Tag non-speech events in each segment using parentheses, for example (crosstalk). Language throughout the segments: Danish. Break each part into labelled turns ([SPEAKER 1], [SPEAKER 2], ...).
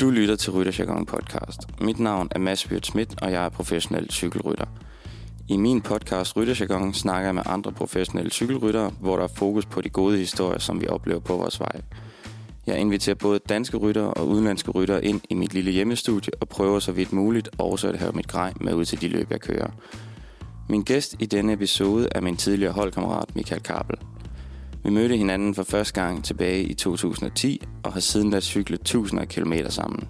[SPEAKER 1] Du lytter til Rytterjargon podcast. Mit navn er Mads Bjørn Schmidt, og jeg er professionel cykelrytter. I min podcast Rytterjargon snakker jeg med andre professionelle cykelryttere, hvor der er fokus på de gode historier, som vi oplever på vores vej. Jeg inviterer både danske ryttere og udenlandske ryttere ind i mit lille hjemmestudie og prøver så vidt muligt også at have mit grej med ud til de løb, jeg kører. Min gæst i denne episode er min tidligere holdkammerat Michael Kabel. Vi mødte hinanden for første gang tilbage i 2010 og har siden da cyklet tusinder af kilometer sammen.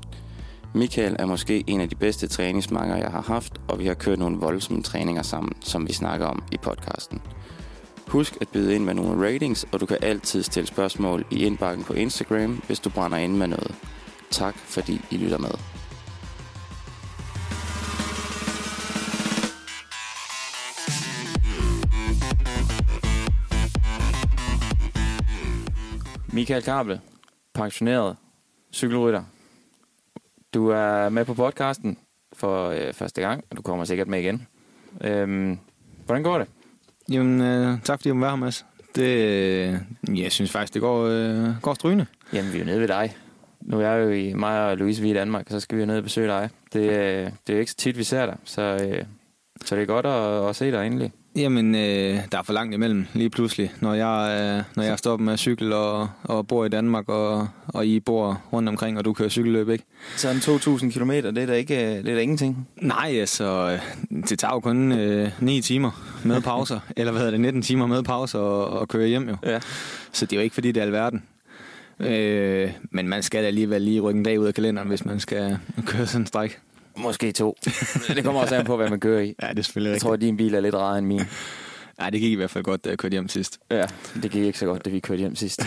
[SPEAKER 1] Michael er måske en af de bedste træningsmarker, jeg har haft, og vi har kørt nogle voldsomme træninger sammen, som vi snakker om i podcasten. Husk at byde ind med nogle ratings, og du kan altid stille spørgsmål i indbakken på Instagram, hvis du brænder ind med noget. Tak fordi I lytter med.
[SPEAKER 2] Michael Kable, pensioneret cykelrytter. Du er med på podcasten for øh, første gang, og du kommer sikkert med igen. Øhm, hvordan går det?
[SPEAKER 3] Jamen, øh, tak fordi jeg må være her, Mads. Det, øh, jeg synes faktisk, det går, øh, går strygende.
[SPEAKER 2] Jamen, vi er jo nede ved dig. Nu er jeg jo i mig og Louise, vi er i Danmark, og så skal vi jo ned og besøge dig. Det, øh, det er jo ikke så tit, vi ser dig, så, øh, så det er godt at, at se dig endelig.
[SPEAKER 3] Jamen, øh, der er for langt imellem lige pludselig, når jeg, øh, når jeg stopper med at cykle og, og bor i Danmark, og, og I bor rundt omkring, og du kører cykelløb, ikke?
[SPEAKER 2] Sådan 2.000 km, det er da ikke det er da ingenting.
[SPEAKER 3] Nej, altså, øh, det tager jo kun øh, 9 timer med (laughs) pauser, eller hvad hedder det, 19 timer med pauser og, og køre hjem jo.
[SPEAKER 2] Ja.
[SPEAKER 3] Så det er jo ikke, fordi det er alverden. Øh, men man skal da alligevel lige rykke en dag ud af kalenderen, hvis man skal køre sådan en stræk.
[SPEAKER 2] Måske to. det kommer også an på, hvad man kører i.
[SPEAKER 3] Ja, det er selvfølgelig
[SPEAKER 2] Jeg tror, at din bil er lidt rarere end min.
[SPEAKER 3] Nej, det gik i hvert fald godt, da jeg kørte hjem sidst.
[SPEAKER 2] Ja, det gik ikke så godt, da vi kørte hjem sidst.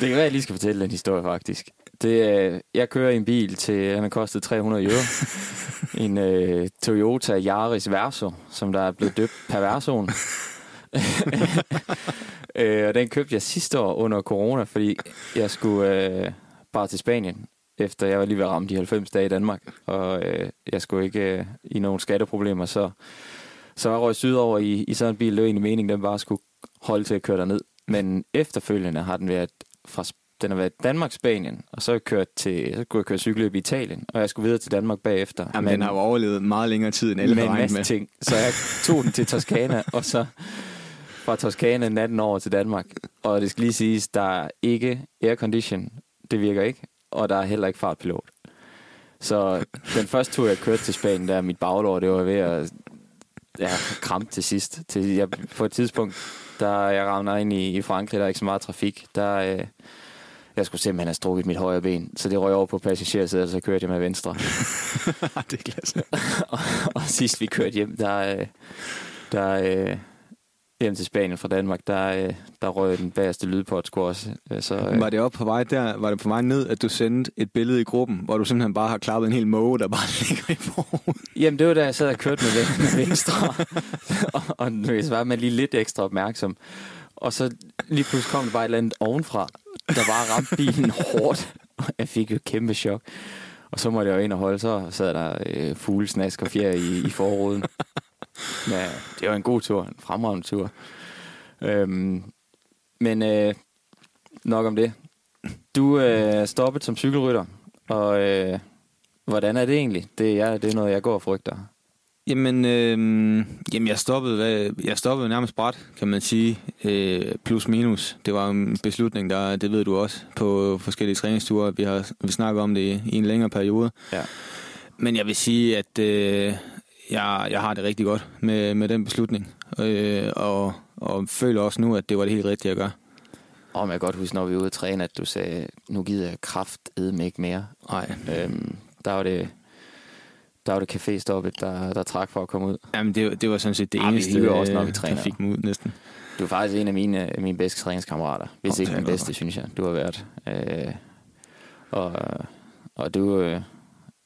[SPEAKER 2] det kan være, jeg lige skal fortælle den historie, faktisk. Det, øh, jeg kører i en bil til, han har kostet 300 euro. en øh, Toyota Yaris Verso, som der er blevet døbt Perversoen. øh, og den købte jeg sidste år under corona, fordi jeg skulle øh, bare til Spanien, efter jeg var lige ved at ramme de 90 dage i Danmark. Og øh, jeg skulle ikke øh, i nogen skatteproblemer, så så jeg røg sydover i, i sådan en bil. Det var egentlig meningen, den bare skulle holde til at køre derned. Men efterfølgende har den været fra Sp- den har været Danmark-Spanien, og så, har jeg kørt til, så kunne jeg køre cykelløb i Italien, og jeg skulle videre til Danmark bagefter.
[SPEAKER 3] Jamen, men, den har jo overlevet meget længere tid, end alle
[SPEAKER 2] med
[SPEAKER 3] havde
[SPEAKER 2] en
[SPEAKER 3] regnet
[SPEAKER 2] masse
[SPEAKER 3] med.
[SPEAKER 2] ting. Så jeg tog den til Toskana, og så fra Toskana natten over til Danmark. Og det skal lige siges, der er ikke aircondition. Det virker ikke. Og der er heller ikke fartpilot. Så den første tur, jeg kørte til Spanien, der er mit baglår, det var ved at ja, krampe til sidst. Til, jeg, på et tidspunkt, der jeg rammer ind i, i Frankrig, der er ikke så meget trafik. Der, øh, jeg skulle simpelthen have strukket mit højre ben, så det røg over på passagersædet, og så kørte jeg med venstre.
[SPEAKER 3] (laughs) det er klasse.
[SPEAKER 2] og, og (laughs) sidst vi kørte hjem, der, øh, der øh, hjem til Spanien fra Danmark, der, øh, der røg den bagerste lydport sgu også. Øh, Så, øh,
[SPEAKER 3] Var det op på vej der, var det på vej ned, at du sendte et billede i gruppen, hvor du simpelthen bare har klappet en hel måge, der bare (laughs) ligger i forhuden?
[SPEAKER 2] jamen, det var da jeg sad og kørte med, ven- med venstre, og, og nu var man lige lidt ekstra opmærksom. Og så lige pludselig kom der bare et eller andet ovenfra, der bare ramte bilen (laughs) hårdt. Og Jeg fik jo et kæmpe chok. Og så måtte jeg jo ind og holde, så sad der øh, fuglesnask og fjer i, i forruden. Ja, det var en god tur, en fremragende tur. Øhm, men øh, nok om det. Du øh, er stoppet som cykelrytter, og øh, hvordan er det egentlig? Det er, jeg, det er noget, jeg går og frygter.
[SPEAKER 3] Jamen, øh, jamen jeg, stoppede, øh, jeg stoppede nærmest bræt, kan man sige, øh, plus minus. Det var en beslutning, der, det ved du også, på forskellige træningsture. Vi har vi snakker om det i, i en længere periode.
[SPEAKER 2] Ja.
[SPEAKER 3] Men jeg vil sige, at øh, jeg, jeg har det rigtig godt med, med den beslutning, øh, og, og føler også nu, at det var det helt rigtige at gøre.
[SPEAKER 2] Og man kan godt huske, når vi var ude at træne, at du sagde, nu gider jeg kraft ikke mere.
[SPEAKER 3] Nej.
[SPEAKER 2] Øhm, der var det der var det caféstoppet, der, der trak for at komme ud.
[SPEAKER 3] Jamen, det, det var sådan set det
[SPEAKER 2] Ej, vi
[SPEAKER 3] eneste,
[SPEAKER 2] hygger også, når vi
[SPEAKER 3] øh,
[SPEAKER 2] træner.
[SPEAKER 3] der fik mig ud næsten.
[SPEAKER 2] Du er faktisk en af mine, mine bedste træningskammerater. Hvis
[SPEAKER 3] Åh, det
[SPEAKER 2] ikke
[SPEAKER 3] er
[SPEAKER 2] den
[SPEAKER 3] jeg glad
[SPEAKER 2] bedste,
[SPEAKER 3] for.
[SPEAKER 2] synes jeg, du har været. Øh, og, og du... Øh,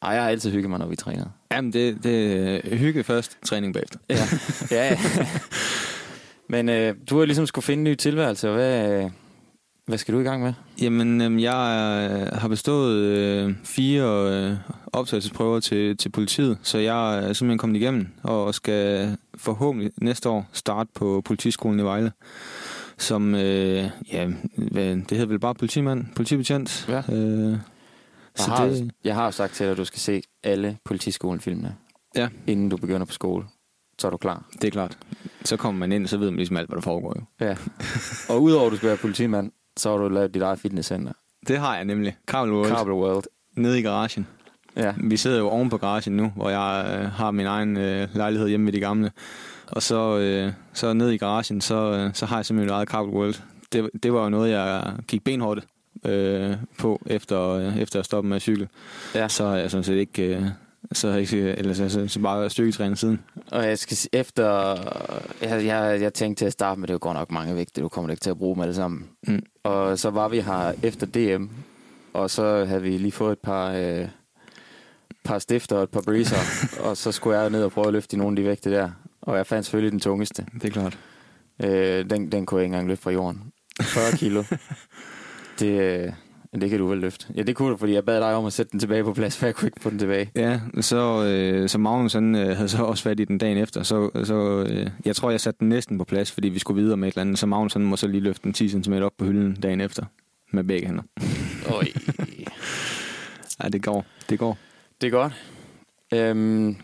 [SPEAKER 2] ej, jeg har altid hygget mig, når vi træner.
[SPEAKER 3] Jamen, det, det er hygge først, træning bagefter.
[SPEAKER 2] Ja, (laughs) ja. ja. Men øh, du har ligesom skulle finde en ny tilværelse, og hvad, øh, hvad skal du i gang med?
[SPEAKER 3] Jamen, øhm, jeg øh, har bestået øh, fire øh, optagelsesprøver til, til politiet, så jeg er simpelthen kommet igennem og skal forhåbentlig næste år starte på politiskolen i Vejle. Som, øh, ja, hvad, det hedder vel bare politimand, politibetjent.
[SPEAKER 2] Ja.
[SPEAKER 3] Øh,
[SPEAKER 2] Jeg
[SPEAKER 3] så
[SPEAKER 2] har,
[SPEAKER 3] det,
[SPEAKER 2] jeg har jo sagt til dig, at du skal se alle politiskolen-filmene,
[SPEAKER 3] ja,
[SPEAKER 2] inden du begynder på skole. Så er du klar.
[SPEAKER 3] det er klart. Så kommer man ind, så ved man ligesom alt, hvad der foregår jo.
[SPEAKER 2] Ja. (laughs) Og udover at du skal være politimand, så har du lavet dit eget fitnesscenter.
[SPEAKER 3] Det har jeg nemlig. Kabel World.
[SPEAKER 2] Kabel World.
[SPEAKER 3] Nede i garagen.
[SPEAKER 2] Ja.
[SPEAKER 3] Vi sidder jo oven på garagen nu, hvor jeg øh, har min egen øh, lejlighed hjemme ved de gamle. Og så, øh, så ned i garagen, så, øh, så har jeg simpelthen mit eget Carpet World. Det, det var jo noget, jeg gik benhårdt øh, på, efter, øh, efter at stoppe med at cykle.
[SPEAKER 2] ja.
[SPEAKER 3] Så har jeg sådan set ikke... Øh, så har jeg ikke, eller så, så, så bare styrketrænet siden.
[SPEAKER 2] Og jeg skal s- efter... Jeg, jeg, jeg tænkte til at starte med, det er jo godt nok mange vægte, du kommer da ikke til at bruge dem alle sammen.
[SPEAKER 3] Mm.
[SPEAKER 2] Og så var vi her efter DM, og så havde vi lige fået et par, øh, par stifter og et par breezer, og så skulle jeg ned og prøve at løfte i nogle af de vægte der. Og jeg fandt selvfølgelig den tungeste.
[SPEAKER 3] Det er klart.
[SPEAKER 2] Øh, den, den kunne jeg ikke engang løfte fra jorden. 40 kilo. (laughs) det, øh, det kan du vel løfte. Ja, det kunne du, fordi jeg bad dig om at sætte den tilbage på plads, for jeg kunne ikke få den tilbage.
[SPEAKER 3] Ja, så, øh, så Magnus han, øh, havde så også fat i den dagen efter. Så, så øh, jeg tror, jeg satte den næsten på plads, fordi vi skulle videre med et eller andet. Så Magnus han må så lige løfte den 10 cm op på hylden dagen efter med begge hænder.
[SPEAKER 2] Øj.
[SPEAKER 3] Ja, det går. Det går.
[SPEAKER 2] Det er godt. Øhm,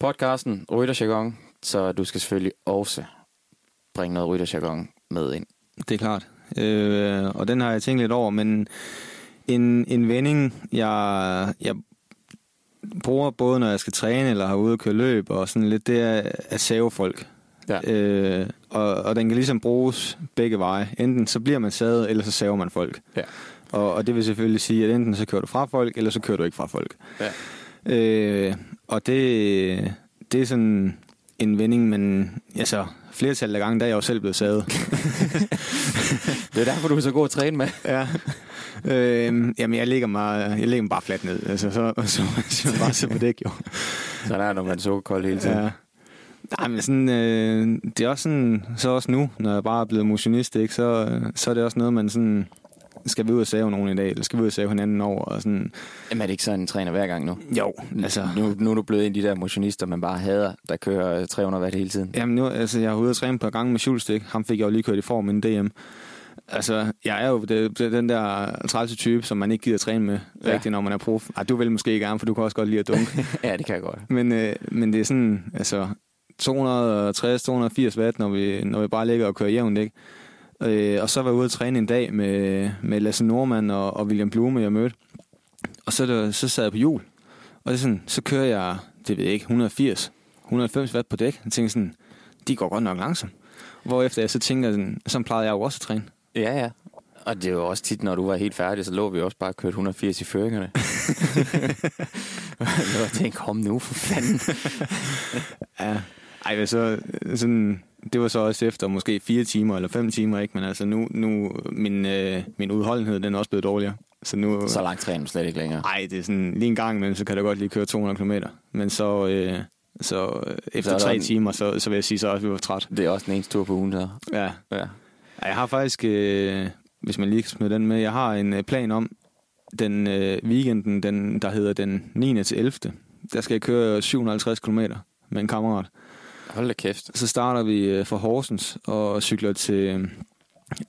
[SPEAKER 2] podcasten Rytterjargon, så du skal selvfølgelig også bringe noget Rytterjargon med ind.
[SPEAKER 3] Det er klart. Øh, og den har jeg tænkt lidt over, men en, en vending, jeg, jeg bruger både, når jeg skal træne, eller har ude og køre løb, og sådan lidt, det er at save folk.
[SPEAKER 2] Ja.
[SPEAKER 3] Øh, og, og den kan ligesom bruges begge veje. Enten så bliver man savet, eller så saver man folk.
[SPEAKER 2] Ja.
[SPEAKER 3] Og, og det vil selvfølgelig sige, at enten så kører du fra folk, eller så kører du ikke fra folk.
[SPEAKER 2] Ja.
[SPEAKER 3] Øh, og det, det er sådan en vending, men altså, flertallet af gange, der er jeg jo selv blevet savet.
[SPEAKER 2] Det er derfor, du er så god at træne med.
[SPEAKER 3] Ja. Øh, jamen, jeg ligger, mig, jeg ligger mig bare fladt ned. Altså, så, så, så bare så på dæk, jo.
[SPEAKER 2] Sådan er når man er sukkerkold hele tiden. Ja.
[SPEAKER 3] Ja. Nej, men sådan, øh, det er også sådan, så også nu, når jeg bare er blevet motionist, ikke, så, øh, så er det også noget, man sådan, skal vi ud og save nogen i dag, eller skal vi ud og save hinanden over, og sådan,
[SPEAKER 2] Jamen er det ikke sådan, en træner hver gang nu?
[SPEAKER 3] jo, altså,
[SPEAKER 2] Nu, nu er du blevet en af de der motionister, man bare hader, der kører øh, 300 watt hele tiden.
[SPEAKER 3] Jamen nu, altså, jeg har ude og træne på gange med Schulstik. Ham fik jeg jo lige kørt i form i en DM. Altså, jeg er jo det, det, er den der trælse type, som man ikke gider træne med
[SPEAKER 2] Ja.
[SPEAKER 3] ja. rigtigt, når man er prof. Ej, du vil måske gerne, for du kan også godt lide at dunke.
[SPEAKER 2] ja, det kan jeg godt.
[SPEAKER 3] men, øh, men det er sådan, altså, 260-280 watt, når vi, når vi bare ligger og kører jævnt, ikke? Øh, og så var jeg ude og træne en dag med, med Lasse Norman og, og William Blume, jeg mødte. Og så, er det- så sad jeg på hjul, og det er sådan, så kører jeg, det ved jeg ikke, 180, 190 watt på dæk. Jeg tænker sådan, de går godt nok langsomt. Hvorefter jeg så tænker sådan, sådan plejede jeg jo også at træne.
[SPEAKER 2] Ja, ja. Og det er jo også tit, når du var helt færdig, så lå vi også bare og kørte 180 i (laughs) føringerne. jeg tænkte, kom nu for fanden.
[SPEAKER 3] Ja. Ej, men så, øh, sådan, det var så også efter måske fire timer eller fem timer, ikke? Men altså nu, nu min, øh, min udholdenhed, den er også blevet dårligere. Så nu,
[SPEAKER 2] Så langt træner du slet ikke længere.
[SPEAKER 3] ej, det er sådan, lige en gang imellem, så kan du godt lige køre 200 km. Men så, øh, så øh,
[SPEAKER 2] er
[SPEAKER 3] efter
[SPEAKER 2] der
[SPEAKER 3] tre
[SPEAKER 2] den-
[SPEAKER 3] timer, så, så vil jeg sige så også, at vi var træt.
[SPEAKER 2] Det er også den eneste tur på ugen, så.
[SPEAKER 3] Ja.
[SPEAKER 2] Ja.
[SPEAKER 3] Ej, Jeg har faktisk, øh, hvis man lige kan smide den med, jeg har en øh, plan om den øh, weekenden, den, der hedder den 9. til 11. Der skal jeg køre 750 km med en kammerat.
[SPEAKER 2] Hold da kæft.
[SPEAKER 3] Så starter vi øh, fra Horsens og cykler til,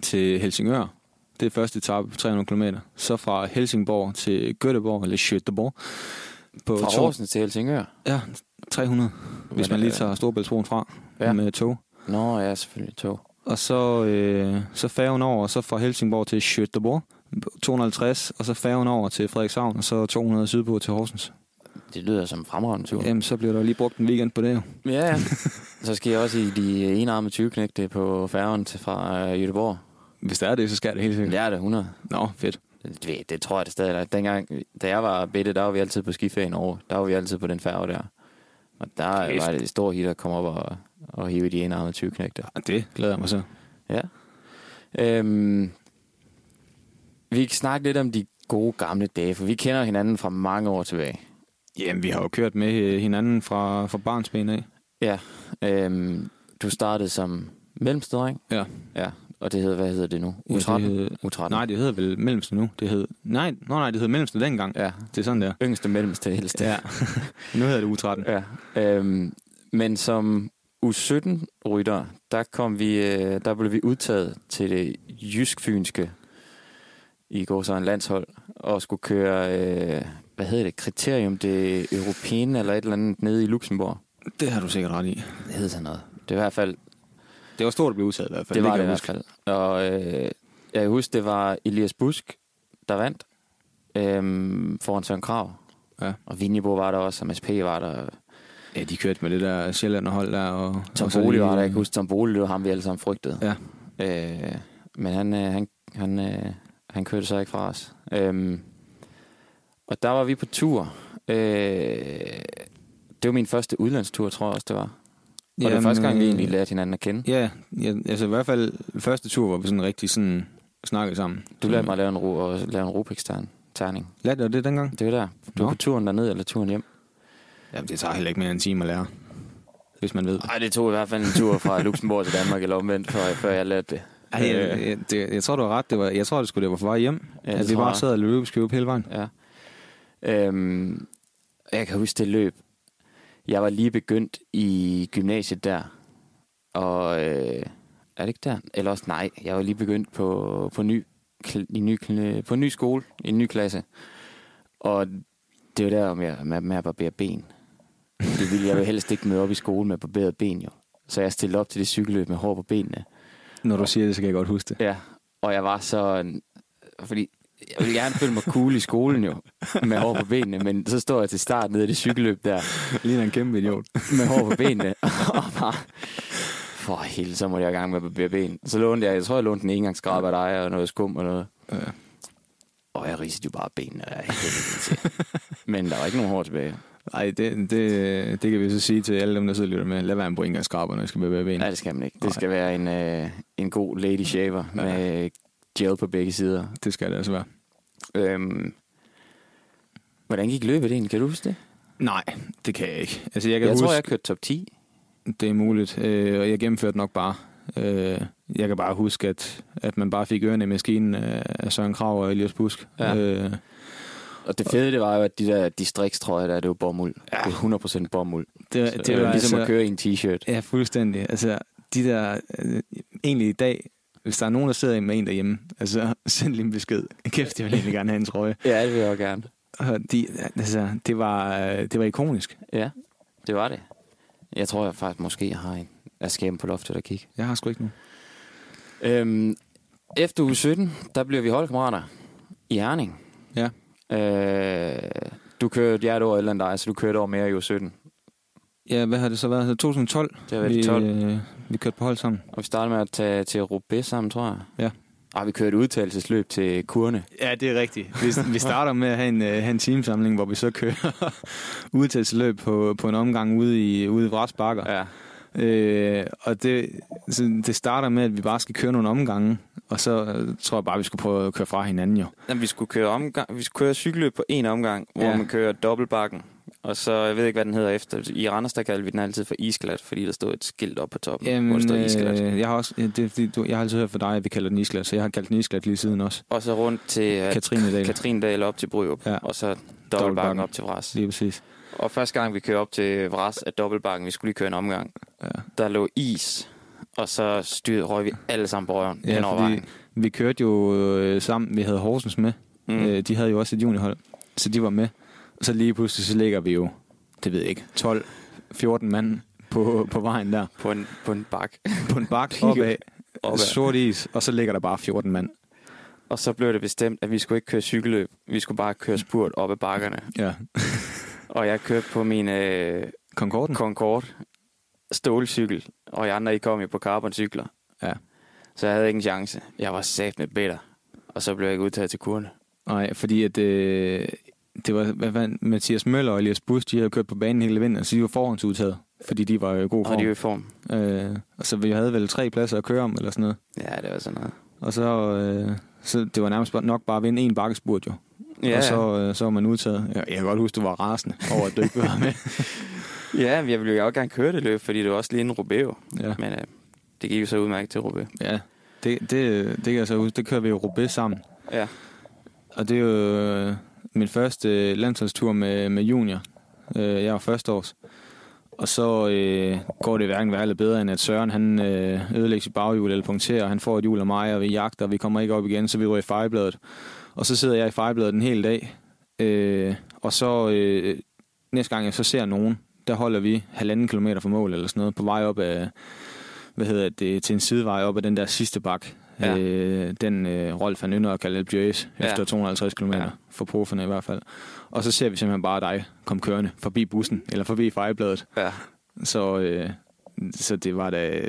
[SPEAKER 3] til Helsingør. Det er første etape på 300 km. Så fra Helsingborg til Göteborg, eller Göteborg. På
[SPEAKER 2] Fra
[SPEAKER 3] to-
[SPEAKER 2] Horsens til Helsingør?
[SPEAKER 3] Ja, 300, hvis
[SPEAKER 2] Men,
[SPEAKER 3] man lige
[SPEAKER 2] øh,
[SPEAKER 3] tager Storbæltsbroen fra
[SPEAKER 2] ja.
[SPEAKER 3] ja. med tog.
[SPEAKER 2] Nå, ja, selvfølgelig tog.
[SPEAKER 3] Og så, øh, så færgen over, og så fra Helsingborg til Göteborg, 250, og så færgen over til Frederikshavn, og så 200 sydpå til Horsens.
[SPEAKER 2] Det lyder som en fremragende tur.
[SPEAKER 3] Jamen, så bliver der lige brugt en weekend på det jo.
[SPEAKER 2] Ja, ja. Så skal jeg også i de enarmede 20 knægte på færgen til fra øh, Göteborg.
[SPEAKER 3] Hvis der er det, så skal det helt sikkert.
[SPEAKER 2] Det er det 100.
[SPEAKER 3] Nå, fedt.
[SPEAKER 2] Det, ved- det tror jeg det stadig er. Dengang, da jeg var bitte, der var vi altid på skiferien over. Der var vi altid på den færge der. Og der
[SPEAKER 3] Kæft.
[SPEAKER 2] var det et stort hit at komme op og, og hive de enarmede 20 knægter.
[SPEAKER 3] Ah, Det glæder jeg mig så.
[SPEAKER 2] Ja. Øhm, vi kan snakke lidt om de gode gamle dage, for vi kender hinanden fra mange år tilbage.
[SPEAKER 3] Jamen, vi har jo kørt med øh, hinanden fra, fra barnsben af.
[SPEAKER 2] Ja. Øhm, du startede som mellemstedreng.
[SPEAKER 3] Ja.
[SPEAKER 2] Ja. Og det hedder, hvad hedder det nu?
[SPEAKER 3] Ja, det
[SPEAKER 2] U13?
[SPEAKER 3] hed-
[SPEAKER 2] U13.
[SPEAKER 3] Nej, det hedder vel Mellemste nu. Det hed... Nej, nå, nej, det hed Mellemste dengang.
[SPEAKER 2] Ja.
[SPEAKER 3] Det er sådan der.
[SPEAKER 2] Yngste, mellemste, ældste.
[SPEAKER 3] Ja. (laughs) nu hedder det U13.
[SPEAKER 2] Ja, øhm, men som U17-rytter, der, kom vi, øh, der blev vi udtaget til det jysk-fynske i går så en landshold, og skulle køre, øh, hvad hedder det, kriterium det europæne eller et eller andet nede i Luxembourg.
[SPEAKER 3] Det har du sikkert ret i.
[SPEAKER 2] Det hed sådan noget. Det var i hvert fald
[SPEAKER 3] Det var stort at blive udtaget i hvert fald.
[SPEAKER 2] det var
[SPEAKER 3] kan
[SPEAKER 2] det i
[SPEAKER 3] jeg
[SPEAKER 2] hvert
[SPEAKER 3] huske.
[SPEAKER 2] fald. Og øh, jeg kan huske, det var Elias Busk, der vandt øhm, foran Søren Krav.
[SPEAKER 3] Ja.
[SPEAKER 2] Og Vinjebo var der også, og MSP var der.
[SPEAKER 3] Ja, de kørte med det der Sjælland-hold der. Og,
[SPEAKER 2] Tom
[SPEAKER 3] og så
[SPEAKER 2] Bolig
[SPEAKER 3] lige-
[SPEAKER 2] var der, jeg kan huske Tom Bolig, det var ham, vi alle sammen frygtede.
[SPEAKER 3] Ja.
[SPEAKER 2] Øh, men han, øh, han, han, øh, han kørte så ikke fra os. Øhm, og der var vi på tur. Øh, det var min første udlandstur, tror jeg også, det var. Og det var
[SPEAKER 3] Jamen,
[SPEAKER 2] første gang, vi
[SPEAKER 3] øh,
[SPEAKER 2] egentlig lærte hinanden at kende.
[SPEAKER 3] Ja, ja, altså i hvert fald første tur, hvor vi sådan rigtig sådan snakkede sammen.
[SPEAKER 2] Du lærte mig at lave en, ro- og lave en rupikstern terning.
[SPEAKER 3] Lærte du det dengang?
[SPEAKER 2] Det var der. Du var
[SPEAKER 3] Nå.
[SPEAKER 2] på turen derned eller turen hjem.
[SPEAKER 3] Jamen, det tager heller ikke mere end en time at lære. Hvis man ved det.
[SPEAKER 2] Nej, det tog i hvert fald en tur fra Luxembourg til Danmark eller omvendt, før, før jeg lærte det.
[SPEAKER 3] Ej, jeg, jeg, det, jeg tror, du har ret. Det var, jeg tror, det skulle det var for vej hjem. Øh. Ja,
[SPEAKER 2] det
[SPEAKER 3] at vi
[SPEAKER 2] tror
[SPEAKER 3] bare
[SPEAKER 2] jeg.
[SPEAKER 3] sad og løbeskøb hele vejen.
[SPEAKER 2] Ja. Øhm, jeg kan huske det løb. Jeg var lige begyndt i gymnasiet der. Og øh, er det ikke der? Eller også nej, jeg var lige begyndt på, på, ny, kl- i ny, kl- på en ny skole, i en ny klasse. Og det var der med, med, med at barbere ben. Det ville jeg jo helst ikke møde op i skole med barberet ben jo. Så jeg stillede op til det cykelløb med hår på benene.
[SPEAKER 3] Når du siger det, så kan jeg godt huske det.
[SPEAKER 2] Ja, og jeg var så... øh, Fordi jeg ville gerne føle mig cool i skolen jo, med hår på benene, men så står jeg til start nede i det cykelløb der,
[SPEAKER 3] Ligner en kæmpe idiot.
[SPEAKER 2] med hår på benene, (laughs) og bare... For helvede, så måtte jeg i gang med at barbere ben. Så lånte jeg, jeg tror, jeg lånte en engangsgrabe af dig, og noget skum og noget.
[SPEAKER 3] Ja.
[SPEAKER 2] Og jeg ridsede jo bare benene af helvede til. Men der var ikke nogen hår tilbage.
[SPEAKER 3] Ej, det, det, det kan vi så sige til alle dem, der sidder og lytter med. Lad være med at bruge engangskraber, når I skal bevæge ben.
[SPEAKER 2] Nej, det skal man ikke. Det skal være en, øh, en god lady shaver med gel på begge sider.
[SPEAKER 3] Det skal det altså være.
[SPEAKER 2] Øhm, hvordan gik løbet egentlig? Kan du huske det?
[SPEAKER 3] Nej, det kan jeg ikke. Altså, jeg
[SPEAKER 2] Jeg,
[SPEAKER 3] kan
[SPEAKER 2] jeg
[SPEAKER 3] huske,
[SPEAKER 2] tror, jeg kørte top 10.
[SPEAKER 3] det er muligt, øh, og jeg gennemførte nok bare. Øh, jeg kan bare huske, at, at man bare fik ørerne i maskinen af af Søren Krav og Elias Busk.
[SPEAKER 2] Ja.
[SPEAKER 3] Øh,
[SPEAKER 2] Og det fede, det var jo, at de der distriktstrøjer der, det var bomuld. Ja. Det var 100% bomuld.
[SPEAKER 3] det,
[SPEAKER 2] Det, det var ligesom at køre i en t-shirt.
[SPEAKER 3] øh, Ja, fuldstændig. Altså, de der... Øh, egentlig i dag, hvis der er nogen, der sidder med en derhjemme, altså, (laughs) send lige en besked. Kæft, jeg vil egentlig gerne have en trøje.
[SPEAKER 2] Ja, det vil jeg jo gerne.
[SPEAKER 3] Og de, altså, det var, øh, det var ikonisk.
[SPEAKER 2] Ja, det var det. Jeg tror jeg faktisk måske, jeg har en af skæben på loftet at kigge.
[SPEAKER 3] Jeg har sgu ikke nu.
[SPEAKER 2] Øhm, efter uge 17, der bliver vi holdkammerater i Herning.
[SPEAKER 3] Ja.
[SPEAKER 2] Øh, du kørte, jeg er et år ældre end dig, så du kørte over mere i uge 17.
[SPEAKER 3] Ja, hvad har det så været? Så 2012?
[SPEAKER 2] Det har været
[SPEAKER 3] vi,
[SPEAKER 2] 12.
[SPEAKER 3] Øh, vi kørte på hold sammen.
[SPEAKER 2] Og vi startede med at tage til Roubaix sammen, tror jeg.
[SPEAKER 3] Ja.
[SPEAKER 2] Og vi kørte udtagelsesløb til Kurne.
[SPEAKER 3] Ja, det er rigtigt. Vi, vi starter med at have en, øh, have en teamsamling, hvor vi så kører (laughs) udtagsløb på, på en omgang ude i, ude i Vras Bakker.
[SPEAKER 2] Ja.
[SPEAKER 3] Øh, og det, så det starter med, at vi bare skal køre nogle omgange, og så øh, tror jeg bare, vi skulle prøve at køre fra hinanden jo.
[SPEAKER 2] Jamen, vi skulle køre omgang, vi skulle køre cykelløb på en omgang, hvor
[SPEAKER 3] Ja.
[SPEAKER 2] man kører dobbeltbakken. Og så, jeg ved ikke, hvad den hedder efter. I Randers, der kaldte vi den altid for isklat, fordi der stod et skilt op på toppen, Jamen, hvor der stod isklat.
[SPEAKER 3] øh, jeg har også, ja, det, er fordi, du, jeg har altid hørt fra dig, at vi kalder den isklat, så jeg har kaldt den isklat lige siden også.
[SPEAKER 2] Og så rundt til uh,
[SPEAKER 3] Katrinedal.
[SPEAKER 2] Katrinedal op til Bryrup, ja.
[SPEAKER 3] Ja.
[SPEAKER 2] og så dobbeltbakken
[SPEAKER 3] Dobbeltbakken.
[SPEAKER 2] op til Vras.
[SPEAKER 3] Lige præcis.
[SPEAKER 2] Og første gang, vi kører op til Vras af dobbeltbakken, vi skulle lige køre en omgang,
[SPEAKER 3] Ja.
[SPEAKER 2] der lå is, og så styrede røg vi alle sammen på røven ja, hen
[SPEAKER 3] Ja,
[SPEAKER 2] over
[SPEAKER 3] fordi
[SPEAKER 2] vejen.
[SPEAKER 3] vi kørte jo øh, sammen, vi havde Horsens med. Mm. Øh, de havde jo også et juniorhold, så de var med. Så lige pludselig så ligger vi jo, det ved jeg ikke, 12-14 mand på, på vejen der,
[SPEAKER 2] På en, på en
[SPEAKER 3] (laughs)
[SPEAKER 2] bak.
[SPEAKER 3] på en bakke opad,
[SPEAKER 2] Opad.
[SPEAKER 3] opad, sort is, og så ligger der bare 14 mand.
[SPEAKER 2] og så blev det bestemt, at vi skulle ikke køre cykelløb. Vi skulle bare køre spurt op ad bakkerne.
[SPEAKER 3] Ja.
[SPEAKER 2] Og jeg kørte på min øh,
[SPEAKER 3] Concorden?
[SPEAKER 2] Concorde stålcykel, og I andre, I kom jo på carboncykler.
[SPEAKER 3] Ja.
[SPEAKER 2] Så jeg havde ikke en chance. Jeg var sat med bitter. Og så blev jeg ikke udtaget til kurene.
[SPEAKER 3] Nej, fordi at, øh, det var, hvad var Mathias Møller og Elias Bus, de havde kørt på banen hele vinteren, så de var forhåndsudtaget, fordi de var jo i god
[SPEAKER 2] Og de var i
[SPEAKER 3] form.
[SPEAKER 2] form.
[SPEAKER 3] Øh, og så vi havde vel tre pladser at køre om, eller sådan noget.
[SPEAKER 2] Ja, det var sådan noget.
[SPEAKER 3] Og så, øh, så det var nærmest bare- nok bare at vinde en bakkespurt jo.
[SPEAKER 2] Ja,
[SPEAKER 3] Og så, øh, så var man udtaget. Jeg, jeg kan godt huske, du var rasende over, at du ikke var med.
[SPEAKER 2] ja, jeg ville jo også gerne køre det løb, fordi det var også lige en Rubeo.
[SPEAKER 3] (laughs) ja.
[SPEAKER 2] Men øh, det gik jo så udmærket til Rubeo.
[SPEAKER 3] ja. Det, det, det kan jeg så huske. Det kører vi jo Roubaix sammen.
[SPEAKER 2] Ja.
[SPEAKER 3] Og det er jo øh, min første øh, landsholdstur med, med junior. Øh, jeg var førsteårs. Og så øh, går det hverken værre eller bedre, end at Søren han øh, ødelægger sit baghjul eller punkterer. Han får et hjul af mig, og vi jagter, og vi kommer ikke op igen, så vi rører i fejebladet. Og så sidder jeg i fejebladet en hel dag. Øh, og så øh, næste gang jeg så ser nogen, der holder vi halvanden kilometer fra mål eller sådan noget, på vej op af, hvad hedder det, til en sidevej op ad den der sidste bak.
[SPEAKER 2] Ja.
[SPEAKER 3] Ja. Øh, den øh, Rolf han ynder at kalde Albiers,
[SPEAKER 2] Ja.
[SPEAKER 3] ja. efter 250 km,
[SPEAKER 2] Ja.
[SPEAKER 3] ja. for profferne i hvert fald. Og så ser vi simpelthen bare dig komme kørende forbi bussen, eller forbi fejebladet.
[SPEAKER 2] Ja.
[SPEAKER 3] Så, øh, så det var da...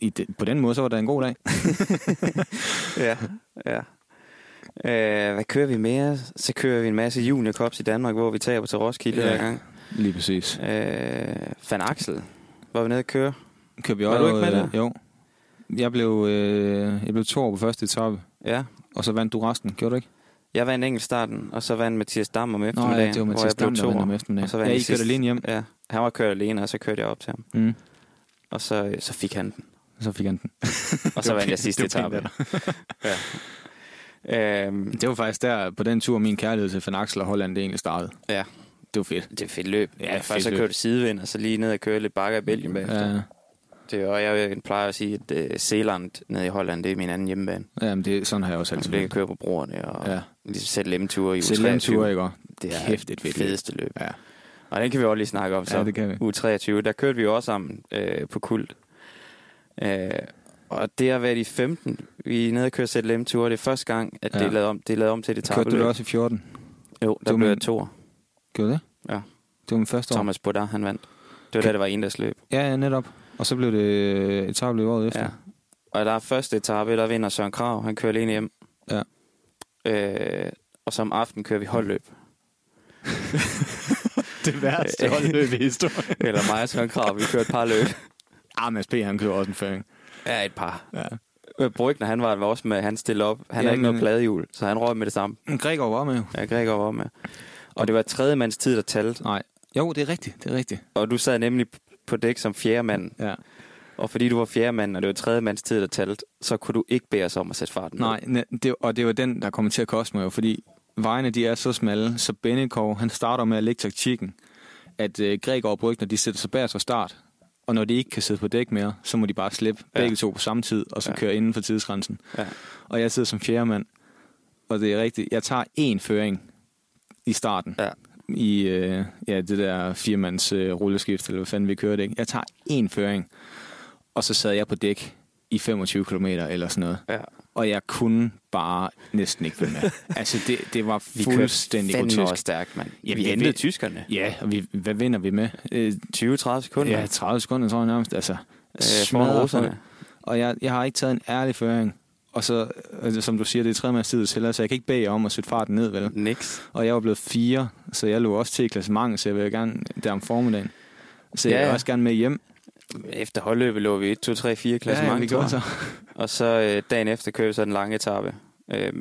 [SPEAKER 3] I det, på den måde, så var det en god dag.
[SPEAKER 2] ja, ja. Øh, hvad kører vi mere? Så kører vi en masse juniorkops i Danmark, hvor vi taber til Roskilde
[SPEAKER 3] Ja.
[SPEAKER 2] hver gang.
[SPEAKER 3] Lige præcis.
[SPEAKER 2] Øh, Van Axel var vi nede at køre.
[SPEAKER 3] Kører vi
[SPEAKER 2] Var
[SPEAKER 3] over-
[SPEAKER 2] du ikke med der?
[SPEAKER 3] øh, Jo. Jeg blev, øh, jeg blev to år på første etape,
[SPEAKER 2] Ja.
[SPEAKER 3] og så vandt du resten, gjorde du ikke?
[SPEAKER 2] Jeg vandt enkeltstarten, og så vandt Mathias Dam om
[SPEAKER 3] Nå ja,
[SPEAKER 2] eftermiddagen,
[SPEAKER 3] det
[SPEAKER 2] hvor
[SPEAKER 3] var Mathias
[SPEAKER 2] jeg blev
[SPEAKER 3] Damm, der
[SPEAKER 2] toer.
[SPEAKER 3] vandt om eftermiddagen.
[SPEAKER 2] Og så vandt
[SPEAKER 3] ja, I
[SPEAKER 2] jeg sidst.
[SPEAKER 3] kørte alene hjem,
[SPEAKER 2] Ja, han var kørt alene, og så kørte jeg op til ham.
[SPEAKER 3] mm.
[SPEAKER 2] Og så, så fik han den.
[SPEAKER 3] så fik han den.
[SPEAKER 2] Og så
[SPEAKER 3] var
[SPEAKER 2] vandt jeg
[SPEAKER 3] pænt-
[SPEAKER 2] sidste
[SPEAKER 3] (laughs) det var pænt
[SPEAKER 2] etape. (laughs) ja. Øhm,
[SPEAKER 3] Det var faktisk der, på den tur, min kærlighed til Van Axel og Holland, det egentlig startede.
[SPEAKER 2] ja,
[SPEAKER 3] Det var fedt.
[SPEAKER 2] det er et fedt løb.
[SPEAKER 3] Ja,
[SPEAKER 2] Ja, Først
[SPEAKER 3] fedt
[SPEAKER 2] så
[SPEAKER 3] løb.
[SPEAKER 2] kørte du sidevind, og så lige ned og kørte lidt bakker i Belgien bagefter.
[SPEAKER 3] Ja,
[SPEAKER 2] Det, er- og jeg plejer at sige, at øh, Zeeland nede i Holland, det er min anden hjemmebane.
[SPEAKER 3] ja men det, sådan har jeg også
[SPEAKER 2] Altså, du
[SPEAKER 3] altid
[SPEAKER 2] kan
[SPEAKER 3] været.
[SPEAKER 2] køre på broerne og ja.
[SPEAKER 3] Ja.
[SPEAKER 2] ligesom sætte lemture i u
[SPEAKER 3] Selv en tur, ikke? også?
[SPEAKER 2] Det er
[SPEAKER 3] Kæft, et fedt løb.
[SPEAKER 2] fedeste løb.
[SPEAKER 3] Ja.
[SPEAKER 2] Og den kan vi også lige snakke om så.
[SPEAKER 3] Ja, det kan vi.
[SPEAKER 2] U23, der kørte vi jo også sammen øh, på kult. Øh, og det har været i 15. Vi er nede og køre sætte lemture. Det er første gang, at ja. det, er
[SPEAKER 3] Ja.
[SPEAKER 2] lavet om, det er lavet om til det
[SPEAKER 3] Kørte du
[SPEAKER 2] tabeløb.
[SPEAKER 3] det også i 14?
[SPEAKER 2] Jo, der
[SPEAKER 3] Du
[SPEAKER 2] blev
[SPEAKER 3] men-
[SPEAKER 2] jeg toer.
[SPEAKER 3] Gjorde du det?
[SPEAKER 2] Ja.
[SPEAKER 3] Det var min første år.
[SPEAKER 2] Thomas Bodar, han vandt. Det var da, det var en, der løb.
[SPEAKER 3] Ja, ja, netop. Og så blev det øh, etabløb året efter.
[SPEAKER 2] Ja. Og der er første etape, der vinder Søren Krav. Han kører alene hjem.
[SPEAKER 3] Ja.
[SPEAKER 2] Øh, og som aften kører vi holdløb.
[SPEAKER 3] (laughs) Det (laughs)
[SPEAKER 2] værste holdløb
[SPEAKER 3] i historien.
[SPEAKER 2] Eller mig og Søren Krav, vi kører et par løb.
[SPEAKER 3] Ah, Mads P. han kører også en føring.
[SPEAKER 2] Ja, et par.
[SPEAKER 3] (laughs) Ja.
[SPEAKER 2] Øh, Brygner, han var, var også med, han stillede op. Han har
[SPEAKER 3] Jamen-
[SPEAKER 2] ikke noget pladehjul, så han røg med det samme.
[SPEAKER 3] Gregor var med jo.
[SPEAKER 2] Ja, Gregor var med. Og det var tredje mands tid, der talte.
[SPEAKER 3] Nej. Jo, det er rigtigt, det er rigtigt.
[SPEAKER 2] Og du sad nemlig på dæk som fjerde mand.
[SPEAKER 3] Ja.
[SPEAKER 2] Og fordi du var fjerde mand, og det var tredje mands tid, der talte, så kunne du ikke bede os om at sætte farten ned.
[SPEAKER 3] Nej, ne- det, og det var den, der kommer til at koste mig jo, fordi vejene de er så smalle, så Bennekov, han starter med at lægge taktikken, at øh, Gregor og Brygner, de sætter sig bagerst fra start, og når de ikke kan sidde på dæk mere, så må de bare slippe
[SPEAKER 2] Ja.
[SPEAKER 3] ja. begge to på samme tid, og så
[SPEAKER 2] Ja.
[SPEAKER 3] ja. køre inden for tidsgrænsen.
[SPEAKER 2] Ja.
[SPEAKER 3] Og jeg sidder som fjerde mand, og det er rigtigt, jeg tager én føring i starten.
[SPEAKER 2] Ja.
[SPEAKER 3] I øh, ja, det der firemands øh, rulleskift, eller hvad fanden vi kørte, ikke? Jeg tager én føring, og så sad jeg på dæk i 25 km eller sådan noget
[SPEAKER 2] Ja.
[SPEAKER 3] og jeg kunne bare næsten ikke følge
[SPEAKER 2] (laughs)
[SPEAKER 3] med. altså, det, det var
[SPEAKER 2] Vi kørte
[SPEAKER 3] fuldstændig
[SPEAKER 2] fandme også
[SPEAKER 3] grotesk.
[SPEAKER 2] stærkt, mand. Ja,
[SPEAKER 3] Jamen,
[SPEAKER 2] vi
[SPEAKER 3] det-
[SPEAKER 2] endte
[SPEAKER 3] det-
[SPEAKER 2] tyskerne.
[SPEAKER 3] Ja, og vi, hvad vinder vi med? Øh,
[SPEAKER 2] 20-30 sekunder.
[SPEAKER 3] ja, 30 sekunder, tror jeg nærmest. Altså,
[SPEAKER 2] foran
[SPEAKER 3] smadrer
[SPEAKER 2] russerne.
[SPEAKER 3] folk. Og jeg, jeg har ikke taget en ærlig føring. Og så, altså, som du siger, det er tredje mands tid til, så jeg kan ikke bede jer om at sætte farten ned, vel?
[SPEAKER 2] Nix.
[SPEAKER 3] Og jeg var blevet fire, så jeg lå også til i klassementet, så jeg ville gerne der om formiddagen. Så
[SPEAKER 2] Ja,
[SPEAKER 3] jeg
[SPEAKER 2] ja.
[SPEAKER 3] vil også gerne med hjem.
[SPEAKER 2] Efter holdløbet lå vi 1, 2, 3, 4 klasse
[SPEAKER 3] vi gjorde så.
[SPEAKER 2] Og så øh, dagen efter kørte vi så den lange etape, øh,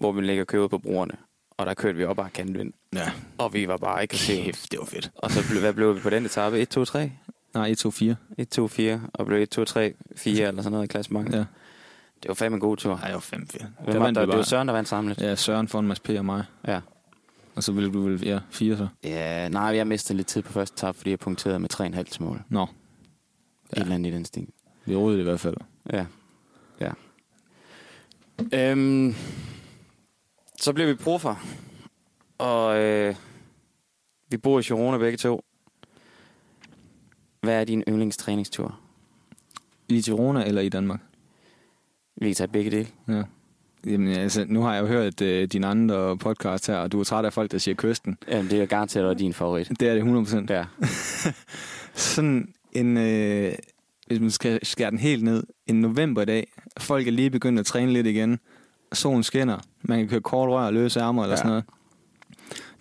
[SPEAKER 2] hvor vi ligger og kører ude på broerne. Og der kørte vi op ad kantvind.
[SPEAKER 3] Ja,
[SPEAKER 2] Og vi var bare aggressive.
[SPEAKER 3] kæft, det var fedt.
[SPEAKER 2] Og så blev, hvad blev vi på den etape? 1, 2, 3?
[SPEAKER 3] Nej, 1-2-4.
[SPEAKER 2] 1, 2, 4. Og blev 1, 2, 3, 4 eller sådan noget i klassementet.
[SPEAKER 3] Ja.
[SPEAKER 2] Det var fandme en god tur.
[SPEAKER 3] Ej, det var fandme fedt.
[SPEAKER 2] Hvem var der? Det var Søren, der vandt samlet.
[SPEAKER 3] Ja, Søren foran Mads P. og mig.
[SPEAKER 2] Ja.
[SPEAKER 3] Og så ville du vel, ja, fire så.
[SPEAKER 2] ja. nej, jeg mistede lidt tid på første etape, fordi jeg punkterede med 3,5 til mål.
[SPEAKER 3] Nå,
[SPEAKER 2] Ja. Et eller andet i den stil.
[SPEAKER 3] vi rodede det i hvert fald.
[SPEAKER 2] Ja. Ja. Øhm, så blev vi proffer. Og øh, vi bor i Girona begge to. Hvad er din yndlingstræningstur?
[SPEAKER 3] I Girona eller i Danmark?
[SPEAKER 2] Vi kan tage begge dele.
[SPEAKER 3] Ja. Jamen altså, nu har jeg jo hørt øh, din andre podcast her, og du er træt af folk, der siger kysten.
[SPEAKER 2] Jamen, det er garanteret også din favorit.
[SPEAKER 3] Det er det 100%.
[SPEAKER 2] Ja.
[SPEAKER 3] Sådan en, øh, hvis man skal skære den helt ned, en novemberdag, folk er lige begyndt at træne lidt igen, solen skinner, man kan køre kort rør og løse ærmer eller
[SPEAKER 2] Ja.
[SPEAKER 3] ja. sådan noget.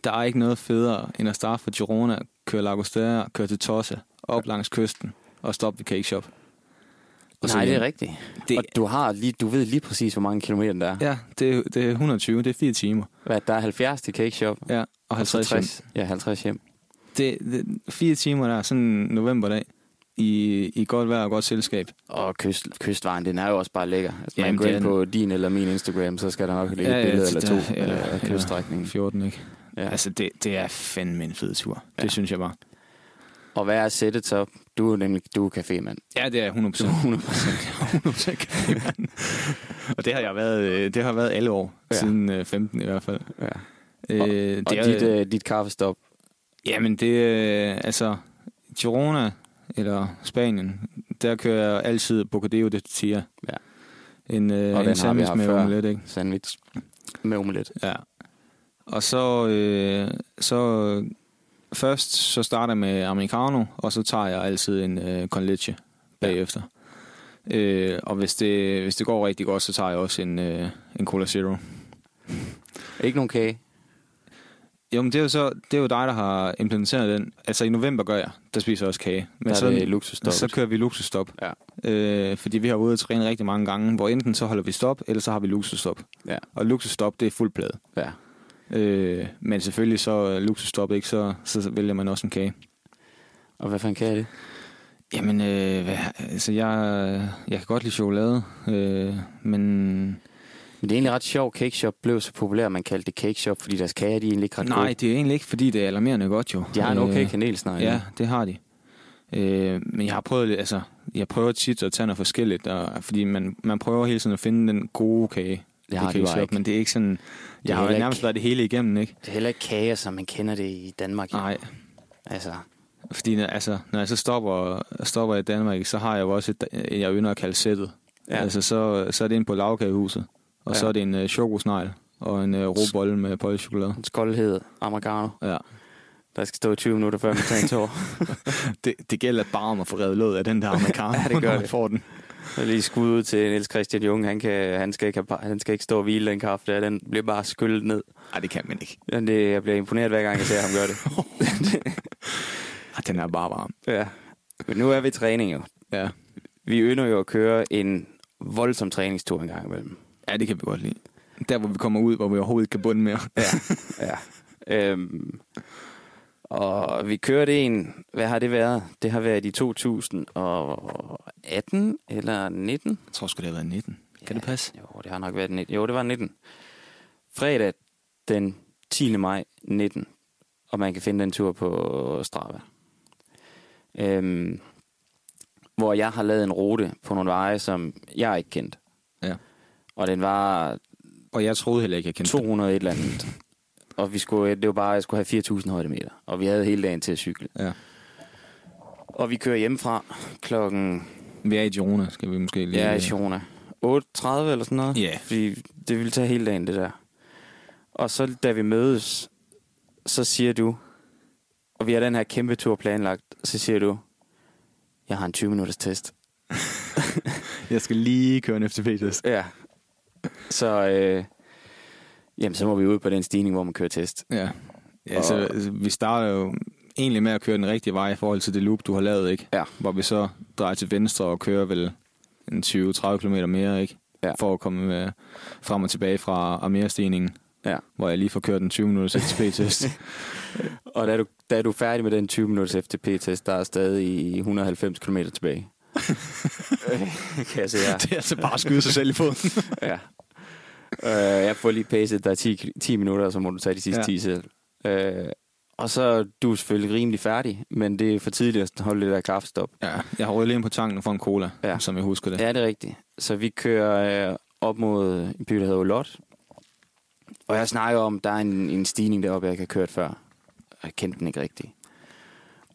[SPEAKER 3] Der er ikke noget federe end at starte fra Girona, køre Lagostera, køre til Tosse, op langs kysten og stoppe ved Cake Shop. Og så
[SPEAKER 2] Nej, det er
[SPEAKER 3] hjem.
[SPEAKER 2] rigtigt. Det...
[SPEAKER 3] Det-
[SPEAKER 2] Og du, har lige, du ved lige præcis, hvor mange kilometer der er. Ja.
[SPEAKER 3] Ja, det er, det er 120, det er fire timer.
[SPEAKER 2] Hvad, der er 70 til Cake Shop.
[SPEAKER 3] Ja, og
[SPEAKER 2] og så
[SPEAKER 3] 50 hjem.
[SPEAKER 2] Ja, 50 hjem.
[SPEAKER 3] Det, det, fire timer der, sådan en novemberdag, i, i godt vejr og godt selskab.
[SPEAKER 2] Og kyst, kystvejen, den er jo også bare lækker. Altså, man
[SPEAKER 3] Jamen,
[SPEAKER 2] går ind
[SPEAKER 3] den-
[SPEAKER 2] på din eller min Instagram, så skal der nok ligge ja, et billede eller
[SPEAKER 3] det-
[SPEAKER 2] to
[SPEAKER 3] der-
[SPEAKER 2] ja, af kyststrækningen.
[SPEAKER 3] 14, ikke?
[SPEAKER 2] Ja.
[SPEAKER 3] Ja. Altså, det, det er fandme en fed tur. Ja. Det synes jeg bare.
[SPEAKER 2] Og hvad er sættet så? Du er nemlig du er cafémand.
[SPEAKER 3] Ja, det er 100 procent. 100
[SPEAKER 2] (laughs)
[SPEAKER 3] Og det har jeg været, øh, det har været alle år.
[SPEAKER 2] Ja.
[SPEAKER 3] Ja. Siden øh, 15 i hvert fald.
[SPEAKER 2] Ja.
[SPEAKER 3] Øh, det
[SPEAKER 2] Og
[SPEAKER 3] er-
[SPEAKER 2] dit, øh, dit kaffestop.
[SPEAKER 3] Jamen det, øh, altså Girona eller Spanien, der kører jeg altid Bocadillo de Tia.
[SPEAKER 2] Ja.
[SPEAKER 3] En, øh,
[SPEAKER 2] har vi
[SPEAKER 3] en sandwich
[SPEAKER 2] haft
[SPEAKER 3] med
[SPEAKER 2] før.
[SPEAKER 3] omelet, ikke?
[SPEAKER 2] Sandwich med omelet.
[SPEAKER 3] Ja. Og så, øh, så øh, først så starter jeg med americano, og så tager jeg altid en øh, con leche bagefter. Øh, og hvis det, hvis det går rigtig godt, så tager jeg også en, øh, en Cola Zero.
[SPEAKER 2] Ikke nogen kage.
[SPEAKER 3] Jo, men det er jo, så, det er jo dig, der har implementeret den. Altså i november gør jeg, der spiser jeg også kage. Men
[SPEAKER 2] Der er
[SPEAKER 3] så,
[SPEAKER 2] det luksusstoppet.
[SPEAKER 3] Så kører vi luksusstop.
[SPEAKER 2] Ja.
[SPEAKER 3] Øh, fordi vi har været ude at træne rigtig mange gange, hvor enten så holder vi stop, eller så har vi luksusstop.
[SPEAKER 2] Ja.
[SPEAKER 3] Og luksusstop, det er fuld plade.
[SPEAKER 2] Ja.
[SPEAKER 3] Øh, men selvfølgelig så øh, luksusstop ikke, så, så vælger man også en kage.
[SPEAKER 2] Og hvad for en kage er det?
[SPEAKER 3] Jamen, øh, hvad, altså jeg, jeg kan godt lide chokolade, øh, men
[SPEAKER 2] Men det er egentlig ret sjovt. Cake Shop blev så populær, man kaldte det Cake Shop, fordi deres kager, de er egentlig ikke ret
[SPEAKER 3] nej,
[SPEAKER 2] gode.
[SPEAKER 3] det er egentlig ikke, fordi det er alarmerende godt jo.
[SPEAKER 2] De har en okay
[SPEAKER 3] Øh,
[SPEAKER 2] kanelsnegl.
[SPEAKER 3] Ja, det har de. Øh, men jeg har prøvet lidt, altså, jeg prøver tit at tage noget forskelligt, og, fordi man, man prøver hele tiden at finde den gode kage.
[SPEAKER 2] Det har
[SPEAKER 3] i
[SPEAKER 2] du bare
[SPEAKER 3] Shop,
[SPEAKER 2] ikke.
[SPEAKER 3] Men det er ikke sådan,
[SPEAKER 2] er
[SPEAKER 3] jeg har
[SPEAKER 2] heller
[SPEAKER 3] jo nærmest
[SPEAKER 2] ikke-
[SPEAKER 3] været det hele igennem, ikke?
[SPEAKER 2] Det er heller ikke kager, som man kender det i Danmark. jo.
[SPEAKER 3] Nej,
[SPEAKER 2] Altså,
[SPEAKER 3] fordi når- altså, når jeg så stopper, stopper i Danmark, så har jeg jo også et, jeg ynder at kalde sættet.
[SPEAKER 2] Ja.
[SPEAKER 3] Ja. Altså, så, så er det en på lavkagehuset, og
[SPEAKER 2] Ja.
[SPEAKER 3] ja. så er det en øh, chokosnegl og en øh, råbolle med pølsechokolade.
[SPEAKER 2] en skoldhed, americano,
[SPEAKER 3] Ja.
[SPEAKER 2] der skal stå i 20 minutter, før man tager en
[SPEAKER 3] (laughs)
[SPEAKER 2] tår.
[SPEAKER 3] Det, det gælder bare om at få revet låd af den der (laughs) amerikaner,
[SPEAKER 2] Ja, det gør
[SPEAKER 3] når man
[SPEAKER 2] det.
[SPEAKER 3] får den.
[SPEAKER 2] Så lige skud ud til Niels Christian Jung. Han, kan, han, skal ikke have, han skal ikke stå og hvile den kaffe der. Den bliver bare skyllet ned.
[SPEAKER 3] Nej, det kan man ikke.
[SPEAKER 2] Men det, jeg bliver imponeret, hver gang jeg ser ham gøre det.
[SPEAKER 3] (laughs) Ej, den er bare varm.
[SPEAKER 2] ja. Men nu er vi i træning jo.
[SPEAKER 3] Ja.
[SPEAKER 2] Vi ynder jo at køre en voldsom træningstur en gang imellem.
[SPEAKER 3] Ja, det kan vi godt lide. Der, hvor vi kommer ud, hvor vi overhovedet ikke kan bunde mere. (laughs)
[SPEAKER 2] Ja. ja. Øhm, og vi kørte en, hvad har det været? Det har været i 2018 eller 19?
[SPEAKER 3] Jeg tror sgu, det har været 19. Kan det passe?
[SPEAKER 2] Jo, det har nok været 19. Jo, det var 19. Fredag den 10. maj 19. Og man kan finde den tur på Strava. Øhm, hvor jeg har lavet en rute på nogle veje, som jeg ikke kendte.
[SPEAKER 3] Ja.
[SPEAKER 2] Og den var
[SPEAKER 3] Og jeg troede heller ikke, jeg kendte det.
[SPEAKER 2] 200 et eller andet. Og vi skulle, det var bare, jeg skulle have 4.000 højdemeter. Og vi havde hele dagen til at cykle.
[SPEAKER 3] Ja.
[SPEAKER 2] Og vi kører hjemmefra klokken
[SPEAKER 3] Vi er i Girona, skal vi måske lige...
[SPEAKER 2] Ja, i Girona. 8.30 eller sådan noget.
[SPEAKER 3] Ja.
[SPEAKER 2] Fordi det ville tage hele dagen, det der. Og så da vi mødes, så siger du, og vi har den her kæmpe tur planlagt, så siger du, jeg har en 20 minutters test.
[SPEAKER 3] Jeg skal lige køre en FTP-test.
[SPEAKER 2] Ja. Så, øh, jamen, så må vi ud på den stigning, hvor man kører test.
[SPEAKER 3] Ja. ja så,
[SPEAKER 2] Og-
[SPEAKER 3] altså, vi starter jo egentlig med at køre den rigtige vej i forhold til det loop, du har lavet, ikke?
[SPEAKER 2] Ja.
[SPEAKER 3] Hvor vi så drejer til venstre og kører vel en 20-30 km mere, ikke?
[SPEAKER 2] Ja.
[SPEAKER 3] For at komme øh, frem og tilbage fra Amera-stigningen,
[SPEAKER 2] Ja.
[SPEAKER 3] hvor jeg lige får kørt en 20-minutters
[SPEAKER 2] (laughs)
[SPEAKER 3] FTP-test.
[SPEAKER 2] Og da du, da du er færdig med den 20 minutters FTP-test, der er stadig 190 km (laughs) tilbage. Øh, kan jeg se her.
[SPEAKER 3] (laughs) det er altså bare at skyde sig selv i foden. (laughs)
[SPEAKER 2] Ja. Øh, jeg får lige pacet dig 10, 10 minutter, og så må du tage de sidste ja.
[SPEAKER 3] Ja.
[SPEAKER 2] 10 selv. Øh, og så er du selvfølgelig rimelig færdig, men det er for tidligt at holde det der kaffestop.
[SPEAKER 3] Ja, jeg har røget lige ind på tanken for en cola,
[SPEAKER 2] Ja.
[SPEAKER 3] ja. som jeg husker det.
[SPEAKER 2] Ja, det er rigtigt. Så vi kører øh, op mod en by, der hedder Olot. Og jeg snakker om, der er en, en stigning deroppe, jeg ikke har kørt før. Og jeg kendte den ikke rigtigt.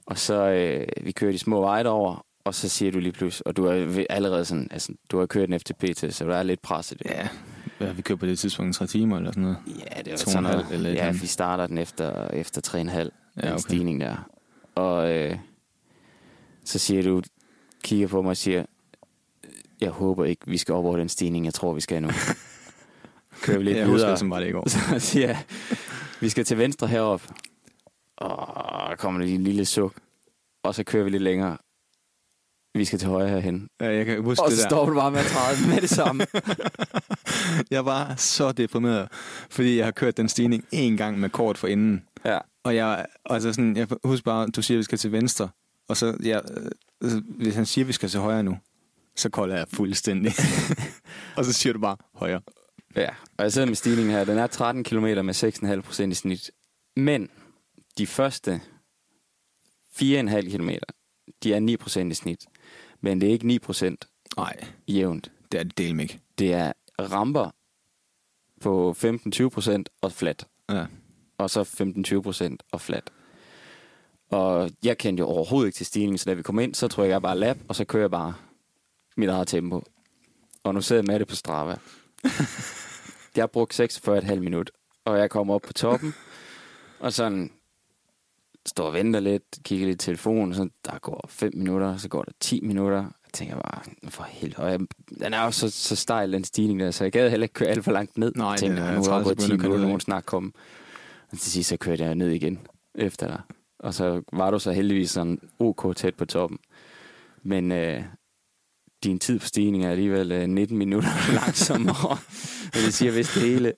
[SPEAKER 2] Og så øh, vi kører de små veje derover, og så siger du lige pludselig, og du er ved- allerede sådan, altså, du har kørt en FTP til, så du er lidt presset.
[SPEAKER 3] Ja. Hvad, vi kører på det tidspunkt 3 timer eller sådan noget.
[SPEAKER 2] Ja, det var
[SPEAKER 3] To og
[SPEAKER 2] sådan
[SPEAKER 3] en halv
[SPEAKER 2] noget.
[SPEAKER 3] eller et eller
[SPEAKER 2] ja,
[SPEAKER 3] andet.
[SPEAKER 2] vi starter den efter, efter 3,5. Ja,
[SPEAKER 3] Ja,
[SPEAKER 2] okay.
[SPEAKER 3] okay.
[SPEAKER 2] stigning der. Og øh, så siger du, kigger på mig og siger, jeg håber ikke, vi skal op over den stigning, jeg tror, vi
[SPEAKER 3] (laughs)
[SPEAKER 2] skal nu. Kører vi lidt
[SPEAKER 3] jeg husker
[SPEAKER 2] videre.
[SPEAKER 3] det, som var det i
[SPEAKER 2] (laughs)
[SPEAKER 3] går.
[SPEAKER 2] Så siger jeg, vi skal til venstre herop. Og der kommer der lige en lille suk. Og så kører vi lidt længere. Vi skal til højre herhen.
[SPEAKER 3] Ja, jeg kan huske
[SPEAKER 2] Og
[SPEAKER 3] det
[SPEAKER 2] så
[SPEAKER 3] der.
[SPEAKER 2] står du bare med at træde med det
[SPEAKER 3] (laughs)
[SPEAKER 2] samme.
[SPEAKER 3] Jeg var så deprimeret, fordi jeg har kørt den stigning en gang med kort for inden.
[SPEAKER 2] Ja.
[SPEAKER 3] Og jeg, altså sådan, jeg husker bare, du siger, at vi skal til venstre. Og så, jeg, øh, så hvis han siger, at vi skal til højre nu, så kolder jeg fuldstændig. (laughs) og så siger du bare, højre.
[SPEAKER 2] Ja, og jeg sidder med stigningen her. Den er 13 km med 6,5 procent i snit. Men de første 4,5 km, de er 9 procent i snit. Men det er ikke 9 procent
[SPEAKER 3] Nej,
[SPEAKER 2] jævnt.
[SPEAKER 3] det er det del ikke.
[SPEAKER 2] Det er ramper på 15-20 procent og flat.
[SPEAKER 3] Ja.
[SPEAKER 2] Og så 15-20 procent og flat. Og jeg kendte jo overhovedet ikke til stigningen, så da vi kom ind, så tror jeg, jeg bare lap, og så kører jeg bare mit eget tempo. Og nu sidder jeg med det på
[SPEAKER 3] (laughs)
[SPEAKER 2] Strava. jeg har brugt 46,5 minut, og jeg kommer op på toppen, og sådan står og venter lidt, kigger lidt i telefonen, så der går 5 minutter, så går der 10 minutter, jeg tænker bare, for helvede, og jeg, den er jo så, så stejl, den stigning der, så jeg gad heller ikke køre alt for langt ned.
[SPEAKER 3] Nej,
[SPEAKER 2] Jeg tænkte,
[SPEAKER 3] den er
[SPEAKER 2] nu er jeg
[SPEAKER 3] 30
[SPEAKER 2] gået 10
[SPEAKER 3] sekunder, kan
[SPEAKER 2] minutter,
[SPEAKER 3] du
[SPEAKER 2] nogen
[SPEAKER 3] ikke.
[SPEAKER 2] snak komme. Og til sidst, så kørte jeg ned igen efter dig. Og så var du så heldigvis sådan ok tæt på toppen. Men øh, din tid på stigningen er alligevel øh, 19 minutter (laughs) langsommere. Men det siger vist det hele.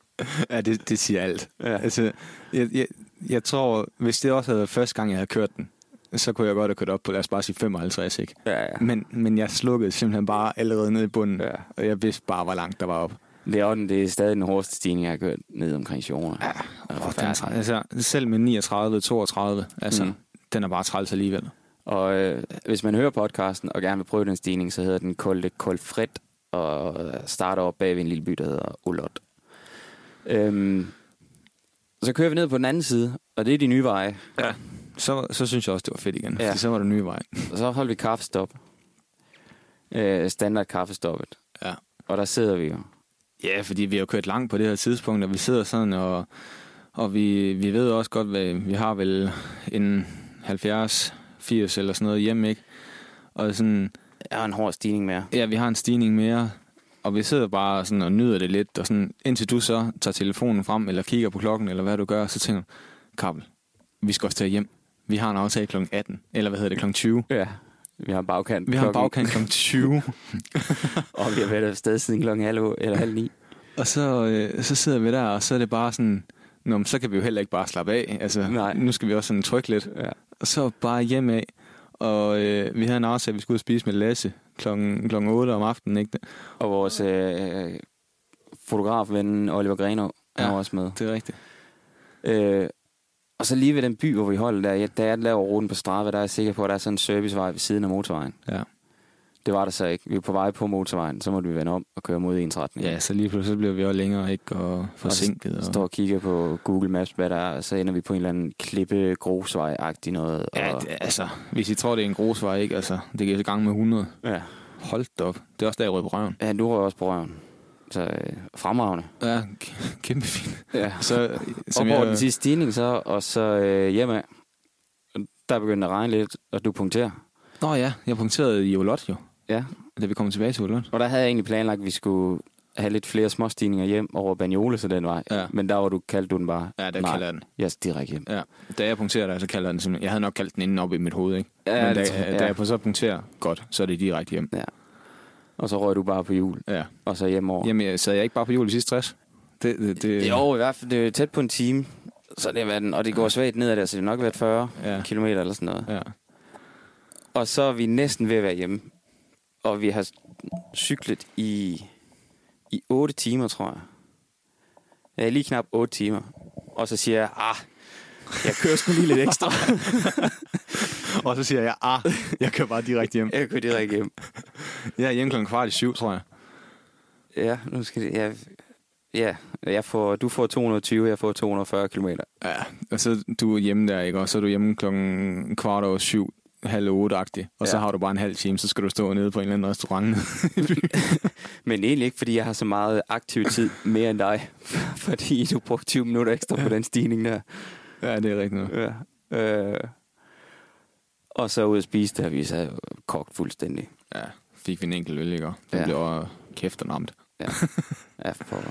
[SPEAKER 3] Ja, det, det siger alt.
[SPEAKER 2] Ja.
[SPEAKER 3] Ja. Altså, jeg, jeg, jeg tror, hvis det også havde været første gang, jeg havde kørt den, så kunne jeg godt have kørt op på, lad os bare sige 55, ikke?
[SPEAKER 2] Ja, ja.
[SPEAKER 3] Men, men jeg slukkede simpelthen bare allerede ned i bunden,
[SPEAKER 2] Ja.
[SPEAKER 3] ja. og jeg vidste bare, hvor langt der var op.
[SPEAKER 2] Det er, den- det er stadig den hårdeste stigning, jeg har kørt ned omkring Sjone. Ja,
[SPEAKER 3] altså, selv med 39, 32, altså,
[SPEAKER 2] Mm.
[SPEAKER 3] mm. den er bare træls alligevel.
[SPEAKER 2] Og øh, hvis man hører podcasten og gerne vil prøve den stigning, så hedder den Kolde Kolfred, og øh, starter op bag ved en lille by, der hedder Olot. Øhm, så kører vi ned på den anden side, og det er de nye veje.
[SPEAKER 3] Så, så synes jeg også, det var fedt igen,
[SPEAKER 2] Ja.
[SPEAKER 3] ja. fordi så var det nye vej.
[SPEAKER 2] Og så holder vi kaffestop. Øh, standard kaffestoppet.
[SPEAKER 3] Ja.
[SPEAKER 2] Og der sidder vi jo.
[SPEAKER 3] ja, fordi vi har jo kørt langt på det her tidspunkt, og vi sidder sådan, og, og vi, vi ved også godt, hvad, vi har vel en 70, 80 eller sådan noget hjemme, ikke? Og sådan,
[SPEAKER 2] Jeg har en hård stigning mere.
[SPEAKER 3] ja, vi har en stigning mere, og vi sidder bare sådan og nyder det lidt, og sådan, indtil du så tager telefonen frem, eller kigger på klokken, eller hvad du gør, så tænker du, Kabel, vi skal også tage hjem. Vi har en aftale kl. 18, eller hvad hedder det, kl. 20.
[SPEAKER 2] Ja. Vi har en bagkant.
[SPEAKER 3] Vi har en
[SPEAKER 2] klokken-
[SPEAKER 3] bagkant kl. 20,
[SPEAKER 2] (laughs) Og vi har været afsted siden klokken halv, eller halv ni.
[SPEAKER 3] og så, øh, så sidder vi der, og så er det bare sådan, Nå, men så kan vi jo heller ikke bare slappe af. Altså,
[SPEAKER 2] Nej.
[SPEAKER 3] Nu skal vi også sådan trykke lidt.
[SPEAKER 2] Ja.
[SPEAKER 3] Og så bare hjem af. Og øh, vi havde en aftale, at vi skulle ud og spise med Lasse klokken, klokken 8 om aftenen. Ikke?
[SPEAKER 2] Og vores øh, fotografven Oliver Grenov, han
[SPEAKER 3] Ja.
[SPEAKER 2] var også med.
[SPEAKER 3] Det er rigtigt.
[SPEAKER 2] Øh, og så lige ved den by, hvor vi holder der, jeg, da jeg laver ruten på Strava, der er jeg sikker på, at der er sådan en servicevej ved siden af motorvejen.
[SPEAKER 3] Ja.
[SPEAKER 2] Det var der så ikke. Vi var på vej på motorvejen, så måtte vi vende om og køre mod ens retning.
[SPEAKER 3] Ja, så lige pludselig så bliver vi også længere ikke og forsinket. Og
[SPEAKER 2] Står og kigger på Google Maps, hvad der er, og så ender vi på en eller anden klippe grusvej-agtig noget. Og,
[SPEAKER 3] Ja, det, altså, hvis I tror, det er en grusvej, ikke? Altså, det giver gang med 100.
[SPEAKER 2] ja.
[SPEAKER 3] Hold da op. Det er også der, jeg rød på røven.
[SPEAKER 2] ja, du rører også på røven. Så øh, fremragende.
[SPEAKER 3] Ja, k- kæmpe fint.
[SPEAKER 2] Ja.
[SPEAKER 3] Så,
[SPEAKER 2] Som og hvor den sidste stigning så, og så øh, hjemme der begyndte at regne lidt, og du punkterer.
[SPEAKER 3] Nå ja, jeg punkterede i Olot jo,
[SPEAKER 2] Ja,
[SPEAKER 3] da vi kom tilbage til Olot.
[SPEAKER 2] Og der havde jeg egentlig planlagt, at vi skulle have lidt flere småstigninger hjem over Banjole, så den vej.
[SPEAKER 3] Ja.
[SPEAKER 2] Men der var du, kaldte du den bare.
[SPEAKER 3] Ja, der
[SPEAKER 2] Nej,
[SPEAKER 3] kalder jeg den.
[SPEAKER 2] Jeg yes, direkte hjem.
[SPEAKER 3] Ja, da jeg punkterer dig, så kalder jeg den simpelthen. Jeg havde nok kaldt den inden op i mit hoved, ikke?
[SPEAKER 2] Ja,
[SPEAKER 3] Men da,
[SPEAKER 2] det tror jeg,
[SPEAKER 3] da
[SPEAKER 2] ja.
[SPEAKER 3] jeg på så punkterer, godt, så er det direkte hjem.
[SPEAKER 2] Ja. Og så røg du bare på jul,
[SPEAKER 3] Ja.
[SPEAKER 2] og så hjem over.
[SPEAKER 3] Jamen, jeg sad jeg ikke bare på jul i sidste 60? Det, det, det,
[SPEAKER 2] Jo, i hvert fald det er tæt på en time. Så det var den, og det går svagt nedad der, så det har nok været 40 ja.
[SPEAKER 3] Ja.
[SPEAKER 2] km eller sådan noget.
[SPEAKER 3] Ja.
[SPEAKER 2] Og så er vi næsten ved at være hjemme. Og vi har cyklet i, i 8 timer, tror jeg. Ja, lige knap 8 timer. Og så siger jeg, ah, jeg kører sgu lige lidt ekstra.
[SPEAKER 3] (laughs) Og så siger jeg, ah, jeg kører bare direkte hjem.
[SPEAKER 2] (laughs) jeg kører direkte hjem.
[SPEAKER 3] (laughs) Jeg er hjemme klokken kvart i syv, tror jeg.
[SPEAKER 2] Ja, nu skal det... Ja, ja jeg får, du får 220, jeg får 240 km.
[SPEAKER 3] Ja, og så du er hjemme der, ikke? Og så er du hjemme klokken kvart over syv, halv otte-agtig. Og ja. så
[SPEAKER 2] Ja.
[SPEAKER 3] har du bare en halv time, så skal du stå nede på en eller anden (laughs) restaurant.
[SPEAKER 2] Men egentlig ikke, fordi jeg har så meget aktiv tid mere end dig. (laughs) Fordi du brugte 20 minutter ekstra på den stigning der.
[SPEAKER 3] ja, det er rigtigt.
[SPEAKER 2] Ja. Øh. Og så ud at spise, der vi så kogt fuldstændig.
[SPEAKER 3] Ja, fik vi en enkelt øl, ikke? Den
[SPEAKER 2] Ja.
[SPEAKER 3] ja. blev øh, kæft og namt.
[SPEAKER 2] Ja, ja for pokker.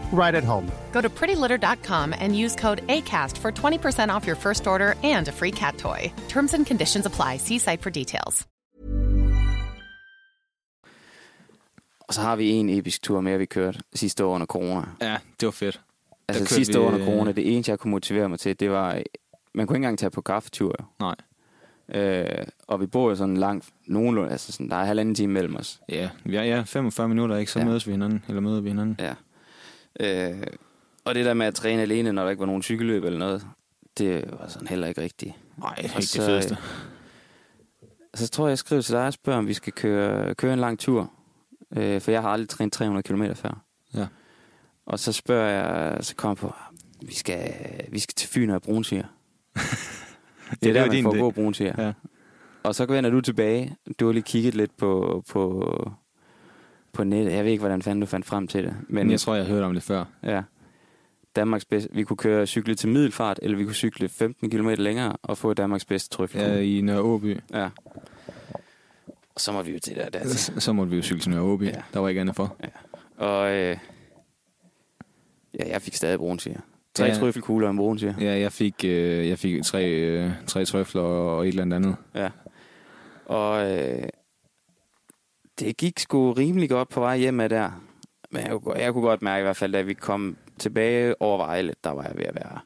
[SPEAKER 4] right at home.
[SPEAKER 5] Go to prettylitter.com and use code ACAST for 20% off your first order and a free cat toy. Terms and conditions apply. See site for details.
[SPEAKER 2] Og så har vi en episk tur mere, vi kørte sidste år under corona.
[SPEAKER 3] Ja, det var fedt.
[SPEAKER 2] Altså
[SPEAKER 3] kørte
[SPEAKER 2] sidste år
[SPEAKER 3] vi,
[SPEAKER 2] under
[SPEAKER 3] øh,
[SPEAKER 2] corona, det eneste, jeg kunne motivere mig til, det var, øh, man kunne ikke engang tage på kaffetur. jo.
[SPEAKER 3] Nej.
[SPEAKER 2] Øh, og vi bor jo sådan langt, nogenlunde, altså sådan, der er halvanden time mellem os.
[SPEAKER 3] Ja, ja, ja 45 minutter, ikke? Så
[SPEAKER 2] Ja.
[SPEAKER 3] ja. mødes vi hinanden, eller møder vi hinanden.
[SPEAKER 2] Ja. Øh, og det der med at træne alene, når der ikke var nogen cykelløb eller noget, det var sådan heller ikke rigtigt.
[SPEAKER 3] Nej,
[SPEAKER 2] Og
[SPEAKER 3] ikke det
[SPEAKER 2] så, øh,
[SPEAKER 3] fedeste.
[SPEAKER 2] Så tror jeg, jeg skriver til dig og spørger, om vi skal køre, køre en lang tur. Øh, for jeg har aldrig trænet 300 km før.
[SPEAKER 3] Ja.
[SPEAKER 2] Og så spørger jeg, så kommer jeg på, vi skal, vi skal til Fyn og have brunsyre. Det er
[SPEAKER 3] det
[SPEAKER 2] der,
[SPEAKER 3] var
[SPEAKER 2] man
[SPEAKER 3] din
[SPEAKER 2] får
[SPEAKER 3] idé.
[SPEAKER 2] god brunsyre.
[SPEAKER 3] Ja.
[SPEAKER 2] Og så vender du tilbage. Du har lige kigget lidt på, på, på nettet. Jeg ved ikke, hvordan fanden du fandt frem til det. Men
[SPEAKER 3] Men jeg tror, jeg har hørt om det før.
[SPEAKER 2] Ja. Danmarks bedste. Vi kunne køre cykle til middelfart, eller vi kunne cykle 15 km længere og få Danmarks bedste trøffelkugle.
[SPEAKER 3] Ja, i Nørre Åby.
[SPEAKER 2] ja. Og så må vi jo til der. der.
[SPEAKER 3] Så- Så måtte vi jo cykle til Nørre Åby.
[SPEAKER 2] Altså. Ja.
[SPEAKER 3] Ja. Der var ikke andet for.
[SPEAKER 2] Og øh, ja, jeg fik stadig brunsiger. Tre
[SPEAKER 3] Ja.
[SPEAKER 2] ja. trøffelkugler og en brunsiger.
[SPEAKER 3] Ja, jeg fik, øh, jeg fik tre, øh, tre trøfler og et eller andet andet.
[SPEAKER 2] Ja. Og øh, det gik sgu rimelig godt på vej hjem af der. Men jeg, kunne godt- jeg kunne godt mærke i hvert fald, da vi kom tilbage over Vejle, der var jeg ved at være,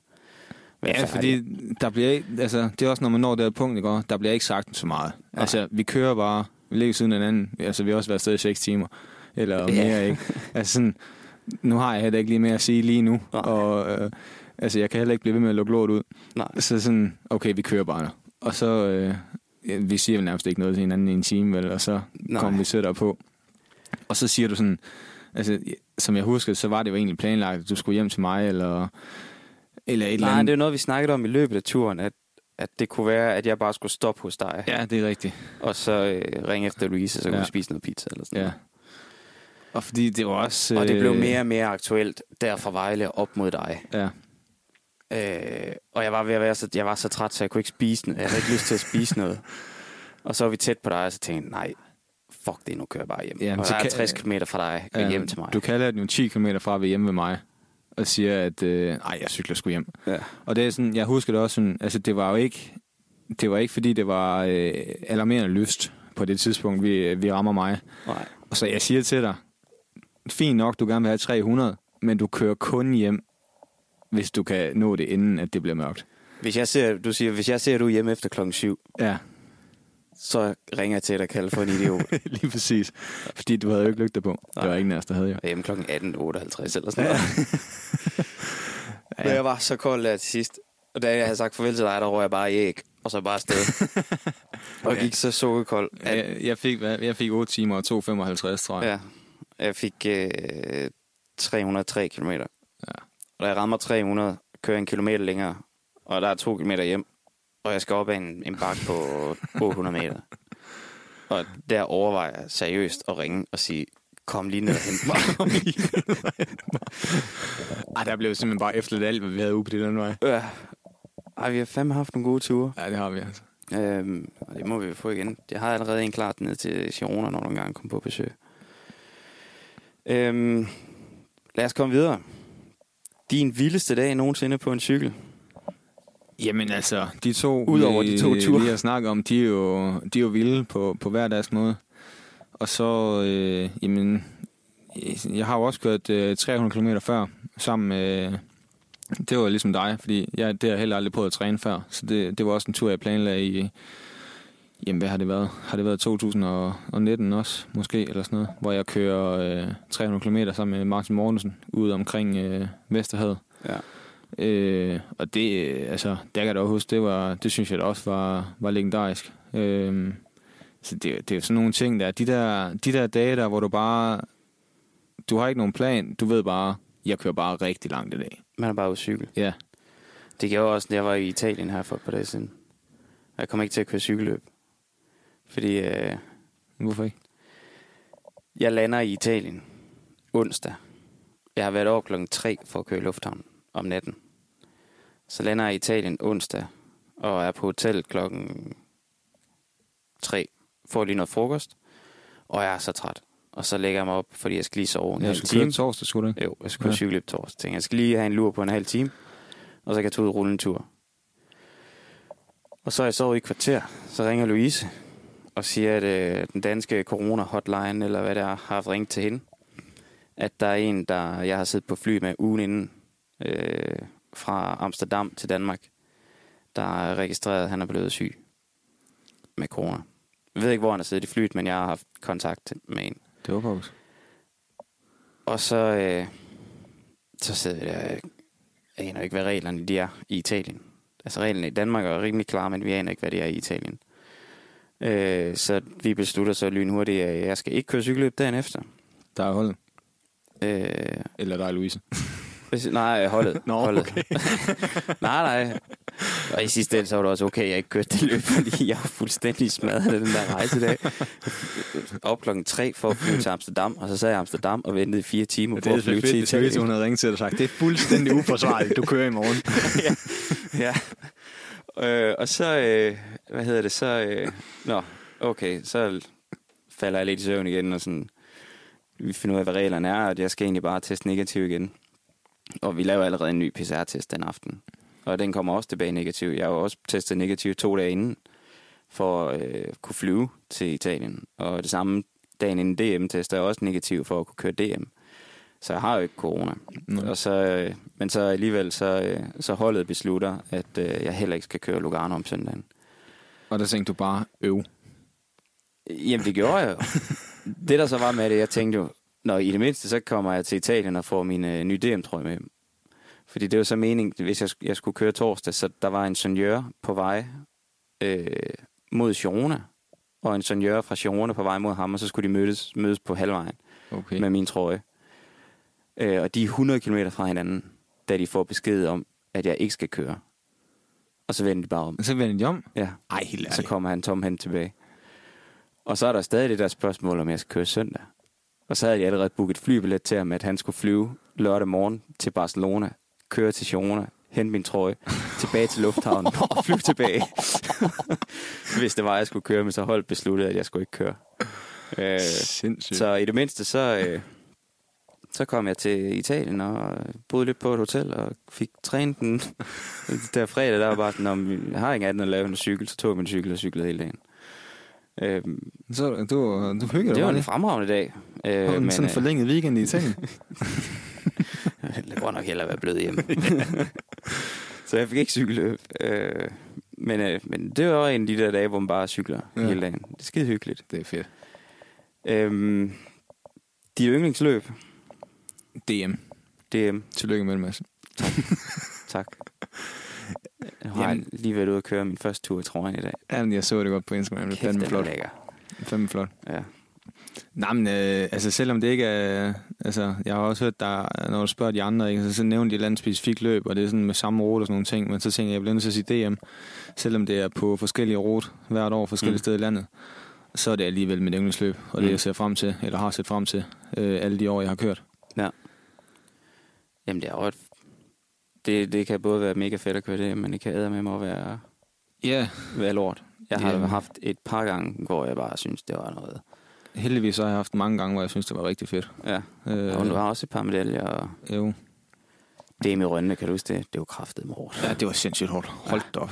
[SPEAKER 2] være
[SPEAKER 3] Ja,
[SPEAKER 2] færdig.
[SPEAKER 3] fordi der bliver ikke, altså, det er også, når man når det her punkt, ikke? også? der bliver ikke sagt så meget. Ja. Altså, vi kører bare, vi ligger ved siden af hinanden, altså, vi har også været afsted i 6 timer, eller
[SPEAKER 2] Ja.
[SPEAKER 3] mere, ikke? Altså, sådan, nu har jeg heller ikke lige mere at sige lige nu,
[SPEAKER 2] Nej.
[SPEAKER 3] og øh, altså, jeg kan heller ikke blive ved med at lukke lort ud.
[SPEAKER 2] Nej.
[SPEAKER 3] Så sådan, okay, vi kører bare. Og så, øh, ja, vi siger vel nærmest ikke noget til hinanden i en time, vel, og så
[SPEAKER 2] Nej.
[SPEAKER 3] kommer vi sætter på. Og så siger du sådan, altså, som jeg husker, så var det jo egentlig planlagt, at du skulle hjem til mig, eller, eller et eller
[SPEAKER 2] Nej,
[SPEAKER 3] andet.
[SPEAKER 2] det er noget, vi snakkede om i løbet af turen, at, at det kunne være, at jeg bare skulle stoppe hos dig, ja.
[SPEAKER 3] Ja, det er rigtigt.
[SPEAKER 2] og så øh, ringe efter Louise, og så kunne
[SPEAKER 3] Ja.
[SPEAKER 2] vi spise noget pizza eller sådan
[SPEAKER 3] Ja. Og fordi det var også...
[SPEAKER 2] noget. Og det blev
[SPEAKER 3] øh,
[SPEAKER 2] mere og mere aktuelt, der fra Vejle og op mod dig.
[SPEAKER 3] Ja,
[SPEAKER 2] Øh, og jeg var ved at være så, jeg var så træt, så jeg kunne ikke spise noget. Jeg havde ikke lyst til at spise
[SPEAKER 3] (laughs)
[SPEAKER 2] noget. Og så var vi tæt på dig, og så tænkte jeg, nej, fuck det, nu kører jeg bare hjem.
[SPEAKER 3] Jamen,
[SPEAKER 2] Jamen, og
[SPEAKER 3] så
[SPEAKER 2] der er
[SPEAKER 3] kan-
[SPEAKER 2] 60 km fra dig
[SPEAKER 3] ja,
[SPEAKER 2] ja, hjem til mig.
[SPEAKER 3] Du kalder den jo 10 km fra ved hjemme ved mig, og siger, at øh, ej, jeg cykler sgu hjem.
[SPEAKER 2] Ja.
[SPEAKER 3] Og det er sådan, jeg husker det også sådan, altså det var jo ikke, det var ikke fordi det var øh, alarmerende lyst på det tidspunkt, vi, øh, vi rammer mig.
[SPEAKER 2] Nej.
[SPEAKER 3] Og så jeg siger til dig, fint nok, du gerne vil have 300, men du kører kun hjem, hvis du kan nå det, inden at det bliver mørkt.
[SPEAKER 2] Hvis jeg ser, du siger, hvis jeg ser, at du er hjemme efter klokken 7,
[SPEAKER 3] Ja, (laughs)
[SPEAKER 2] så ringer jeg til dig og kalder for en idiot.
[SPEAKER 3] lige præcis. Fordi du havde jo ikke lygter på. Det var ingen af os, der havde jo.
[SPEAKER 2] Og hjemme klokken 18.58 eller sådan noget.
[SPEAKER 3] (laughs)
[SPEAKER 2] Men jeg var så kold der til sidst. Og da jeg havde sagt farvel til dig, der røg jeg bare i æg. Og så bare
[SPEAKER 3] (laughs)
[SPEAKER 2] afsted. og gik så sukkerkold. At,
[SPEAKER 3] Jeg, jeg, fik, hvad? jeg fik 8 timer og 2,55, tror jeg.
[SPEAKER 2] ja, jeg fik øh, 303 km. Ja. Og da jeg rammer 300, kører jeg en kilometer længere. Og der er to kilometer hjem. Og jeg skal op ad en, en bakke på 800 meter. Og der overvejer jeg seriøst at ringe og sige, kom lige ned og hent mig.
[SPEAKER 3] Ej, der blev simpelthen bare efterladt alt, hvad vi havde ude på det den vej.
[SPEAKER 2] Ja. Ej, vi har fandme haft nogle gode ture.
[SPEAKER 3] Ja, det har vi altså.
[SPEAKER 2] Øhm, og det må vi jo få igen. Jeg har allerede en klart ned til Girona, når du engang kommer på besøg. Øhm, lad os komme videre. Din vildeste dag nogensinde på en cykel.
[SPEAKER 3] Jamen altså, de to,
[SPEAKER 2] Udover de to ture.
[SPEAKER 3] vi har snakket om, de er jo, de er jo vilde på, på hver deres måde. Og så, øh, jamen, jeg har jo også kørt øh, 300 km før, sammen med... Det var ligesom dig, fordi jeg, det har jeg heller aldrig prøvet at træne før. Så det, det var også en tur, jeg planlagde i... Jamen, hvad har det været? Har det været 2019 også, måske, eller sådan noget? Hvor jeg kører øh, 300 km sammen med Martin Mortensen ud omkring øh, Vesterhavet.
[SPEAKER 2] Ja.
[SPEAKER 3] Øh, og det, øh, altså, der kan jeg da også huske, det, var, det synes jeg da også var, var legendarisk. Øh, så det, det er jo sådan nogle ting der. De der, de der dage der, hvor du bare, du har ikke nogen plan, du ved bare, jeg kører bare rigtig langt i dag.
[SPEAKER 2] Man er bare ude at cykle.
[SPEAKER 3] Ja,
[SPEAKER 2] Det gjorde jeg også, da jeg var i Italien her for et par dage siden. Jeg kom ikke til at køre cykelløb. Fordi øh,
[SPEAKER 3] hvorfor ikke?
[SPEAKER 2] jeg lander i Italien onsdag. Jeg har været over klokken 3 for at køre i lufthavnen om natten. Så lander jeg i Italien onsdag og er på hotel klokken 3. Får lige noget frokost, og jeg er så træt. Og så lægger jeg mig op, fordi jeg skal lige sove en
[SPEAKER 3] Jeg
[SPEAKER 2] halv
[SPEAKER 3] skulle køre
[SPEAKER 2] time.
[SPEAKER 3] torsdag, skulle du ikke?
[SPEAKER 2] Jo, jeg skulle ja.
[SPEAKER 3] Ja.
[SPEAKER 2] cykle torsdag. Tænkte, jeg skal lige have en lur på en halv time, og så kan jeg tage ud og rulle en tur. Og så er jeg sovet i et kvarter, så ringer Louise og siger, at øh, den danske corona-hotline, eller hvad det er, har haft ringet til hende, at der er en, der jeg har siddet på fly med ugen inden, øh, fra Amsterdam til Danmark, der er registreret, at han er blevet syg med corona. Jeg ved ikke, hvor han har siddet i flyet, men jeg har haft kontakt med en.
[SPEAKER 3] Det var faktisk.
[SPEAKER 2] Og så, øh, så sidder vi der. Jeg aner ikke, hvad reglerne de er i Italien. Altså reglerne i Danmark er rimelig klare, men vi aner ikke, hvad det er i Italien. Øh, så vi beslutter så lynhurtigt, at jeg skal ikke køre cykelløb dagen efter.
[SPEAKER 3] Der er holdet.
[SPEAKER 2] Øh,
[SPEAKER 3] Eller der er (laughs) Louise.
[SPEAKER 2] hvis- nej, holdet.
[SPEAKER 3] Nå,
[SPEAKER 2] holdet. Okay. (laughs) nej, nej. Og i sidste ende, så var det også okay, at jeg ikke kørte det løb, fordi jeg var fuldstændig smadret af den der rejse i dag. Op klokken tre for at flyve til Amsterdam, og så sad jeg i Amsterdam og ventede i fire timer på at flyve til Italien.
[SPEAKER 3] havde ringet til dig og sagt, det er fuldstændig uforsvarligt, du kører i morgen.
[SPEAKER 2] (laughs) ja. Øh, og så, øh, hvad hedder det, så, øh, nå, okay, så falder jeg lidt i søvn igen, og sådan, vi finder ud af, hvad reglerne er, og jeg skal egentlig bare teste negativ igen. Og vi laver allerede en ny PCR-test den aften. Og den kommer også tilbage negativ. Jeg har jo også testet negativ to dage inden, for at øh, kunne flyve til Italien. Og det samme dagen inden DM tester jeg også negativ for at kunne køre DM. Så jeg har jo ikke corona. Og så, øh, men så alligevel, så, øh, så holdet beslutter, at øh, jeg heller ikke skal køre Lugano om søndagen.
[SPEAKER 3] (laughs) Og der tænkte du bare, øv.
[SPEAKER 2] Jamen, det gjorde jeg jo. det, der så var med det, jeg tænkte jo, når i det mindste, så kommer jeg til Italien og får min øh, nye DM-trøje med hjem." Fordi det var så meningen, hvis jeg, sk- jeg skulle køre torsdag, så der var en senior på vej øh, mod Girona, og en senior fra Girona på vej mod ham, og så skulle de mødes, mødes på halvvejen
[SPEAKER 3] Okay.
[SPEAKER 2] med min trøje. Øh, og de er 100 km fra hinanden, da de får besked om, at jeg ikke skal køre. Og så vender de bare om.
[SPEAKER 3] Så vendte de om.
[SPEAKER 2] Ja.
[SPEAKER 3] Ej, helt ærligt.
[SPEAKER 2] Så kommer han tom hen tilbage. Og så er der stadig det der spørgsmål, om jeg skal køre søndag. Og så havde jeg allerede booket flybillet til ham, at han skulle flyve lørdag morgen til Barcelona, køre til Girona, hente min
[SPEAKER 3] (laughs)
[SPEAKER 2] trøje, tilbage til lufthavnen og flyve tilbage. (laughs) Hvis det var, at jeg skulle køre, men så holdt besluttet, at jeg skulle ikke køre. Øh,
[SPEAKER 3] Sindssygt.
[SPEAKER 2] så i det mindste, så, øh, så kom jeg til Italien og øh, boede lidt på et hotel og fik trænet den. (laughs) der fredag, der var bare sådan, om jeg har ikke andet at lave end at cykle, så tog jeg min cykel og cyklede hele dagen. Øh,
[SPEAKER 3] Så du, du hyggede
[SPEAKER 2] det
[SPEAKER 3] dig
[SPEAKER 2] var
[SPEAKER 3] bare
[SPEAKER 2] en
[SPEAKER 3] lidt.
[SPEAKER 2] fremragende dag. Øh,
[SPEAKER 3] Havde en sådan forlænget weekend i Italien.
[SPEAKER 2] (laughs) Jeg kunne nok hellere være blevet hjemme. (laughs) så jeg fik ikke cykelløb. Øh, men, øh, men det var en af de der dage, hvor man bare cykler ja.
[SPEAKER 3] Ja.
[SPEAKER 2] hele dagen. Det er skide hyggeligt.
[SPEAKER 3] (laughs) det er fedt.
[SPEAKER 2] Øhm, de yndlingsløb,
[SPEAKER 3] DM.
[SPEAKER 2] DM,
[SPEAKER 3] Tillykke med det, Mads.
[SPEAKER 2] tak. Nu har jeg
[SPEAKER 3] Jamen.
[SPEAKER 2] lige været ude at køre min første tur i trøjen i dag.
[SPEAKER 3] Ja, men jeg så det godt på Instagram. Det er fandme
[SPEAKER 2] den er
[SPEAKER 3] flot.
[SPEAKER 2] lækker.
[SPEAKER 3] Fandme flot.
[SPEAKER 2] Ja.
[SPEAKER 3] Nej, men øh, altså, selvom det ikke er... Altså, jeg har også hørt, der, når du spørger de andre, ikke, så, så nævner de et eller andet specifikt løb, og det er sådan med samme rute og sådan nogle ting, men så tænker jeg, jeg bliver nødt til at sige DM, selvom det er på forskellige rute hvert år, forskellige
[SPEAKER 2] Mm.
[SPEAKER 3] mm. steder i landet, så er det alligevel mit yndlingsløb, og det
[SPEAKER 2] Mm.
[SPEAKER 3] jeg ser frem til, eller har set frem til, øh, alle de år, jeg har kørt.
[SPEAKER 2] Jamen, det er jo et... Det, det kan både være mega fedt at køre det, men det kan æde med mig at være,
[SPEAKER 3] Ja, yeah.
[SPEAKER 2] være lort. Jeg har
[SPEAKER 3] Jamen.
[SPEAKER 2] haft et par gange, hvor jeg bare synes, det var noget.
[SPEAKER 3] heldigvis så har jeg haft mange gange, hvor jeg synes, det var rigtig fedt.
[SPEAKER 2] Ja.
[SPEAKER 3] Øh,
[SPEAKER 2] Og du har også et par medaljer, og
[SPEAKER 3] jo.
[SPEAKER 2] DM i Rønne, kan du huske det? Det var kraftet hårdt.
[SPEAKER 3] Ja, det var sindssygt hårdt. Hold da op.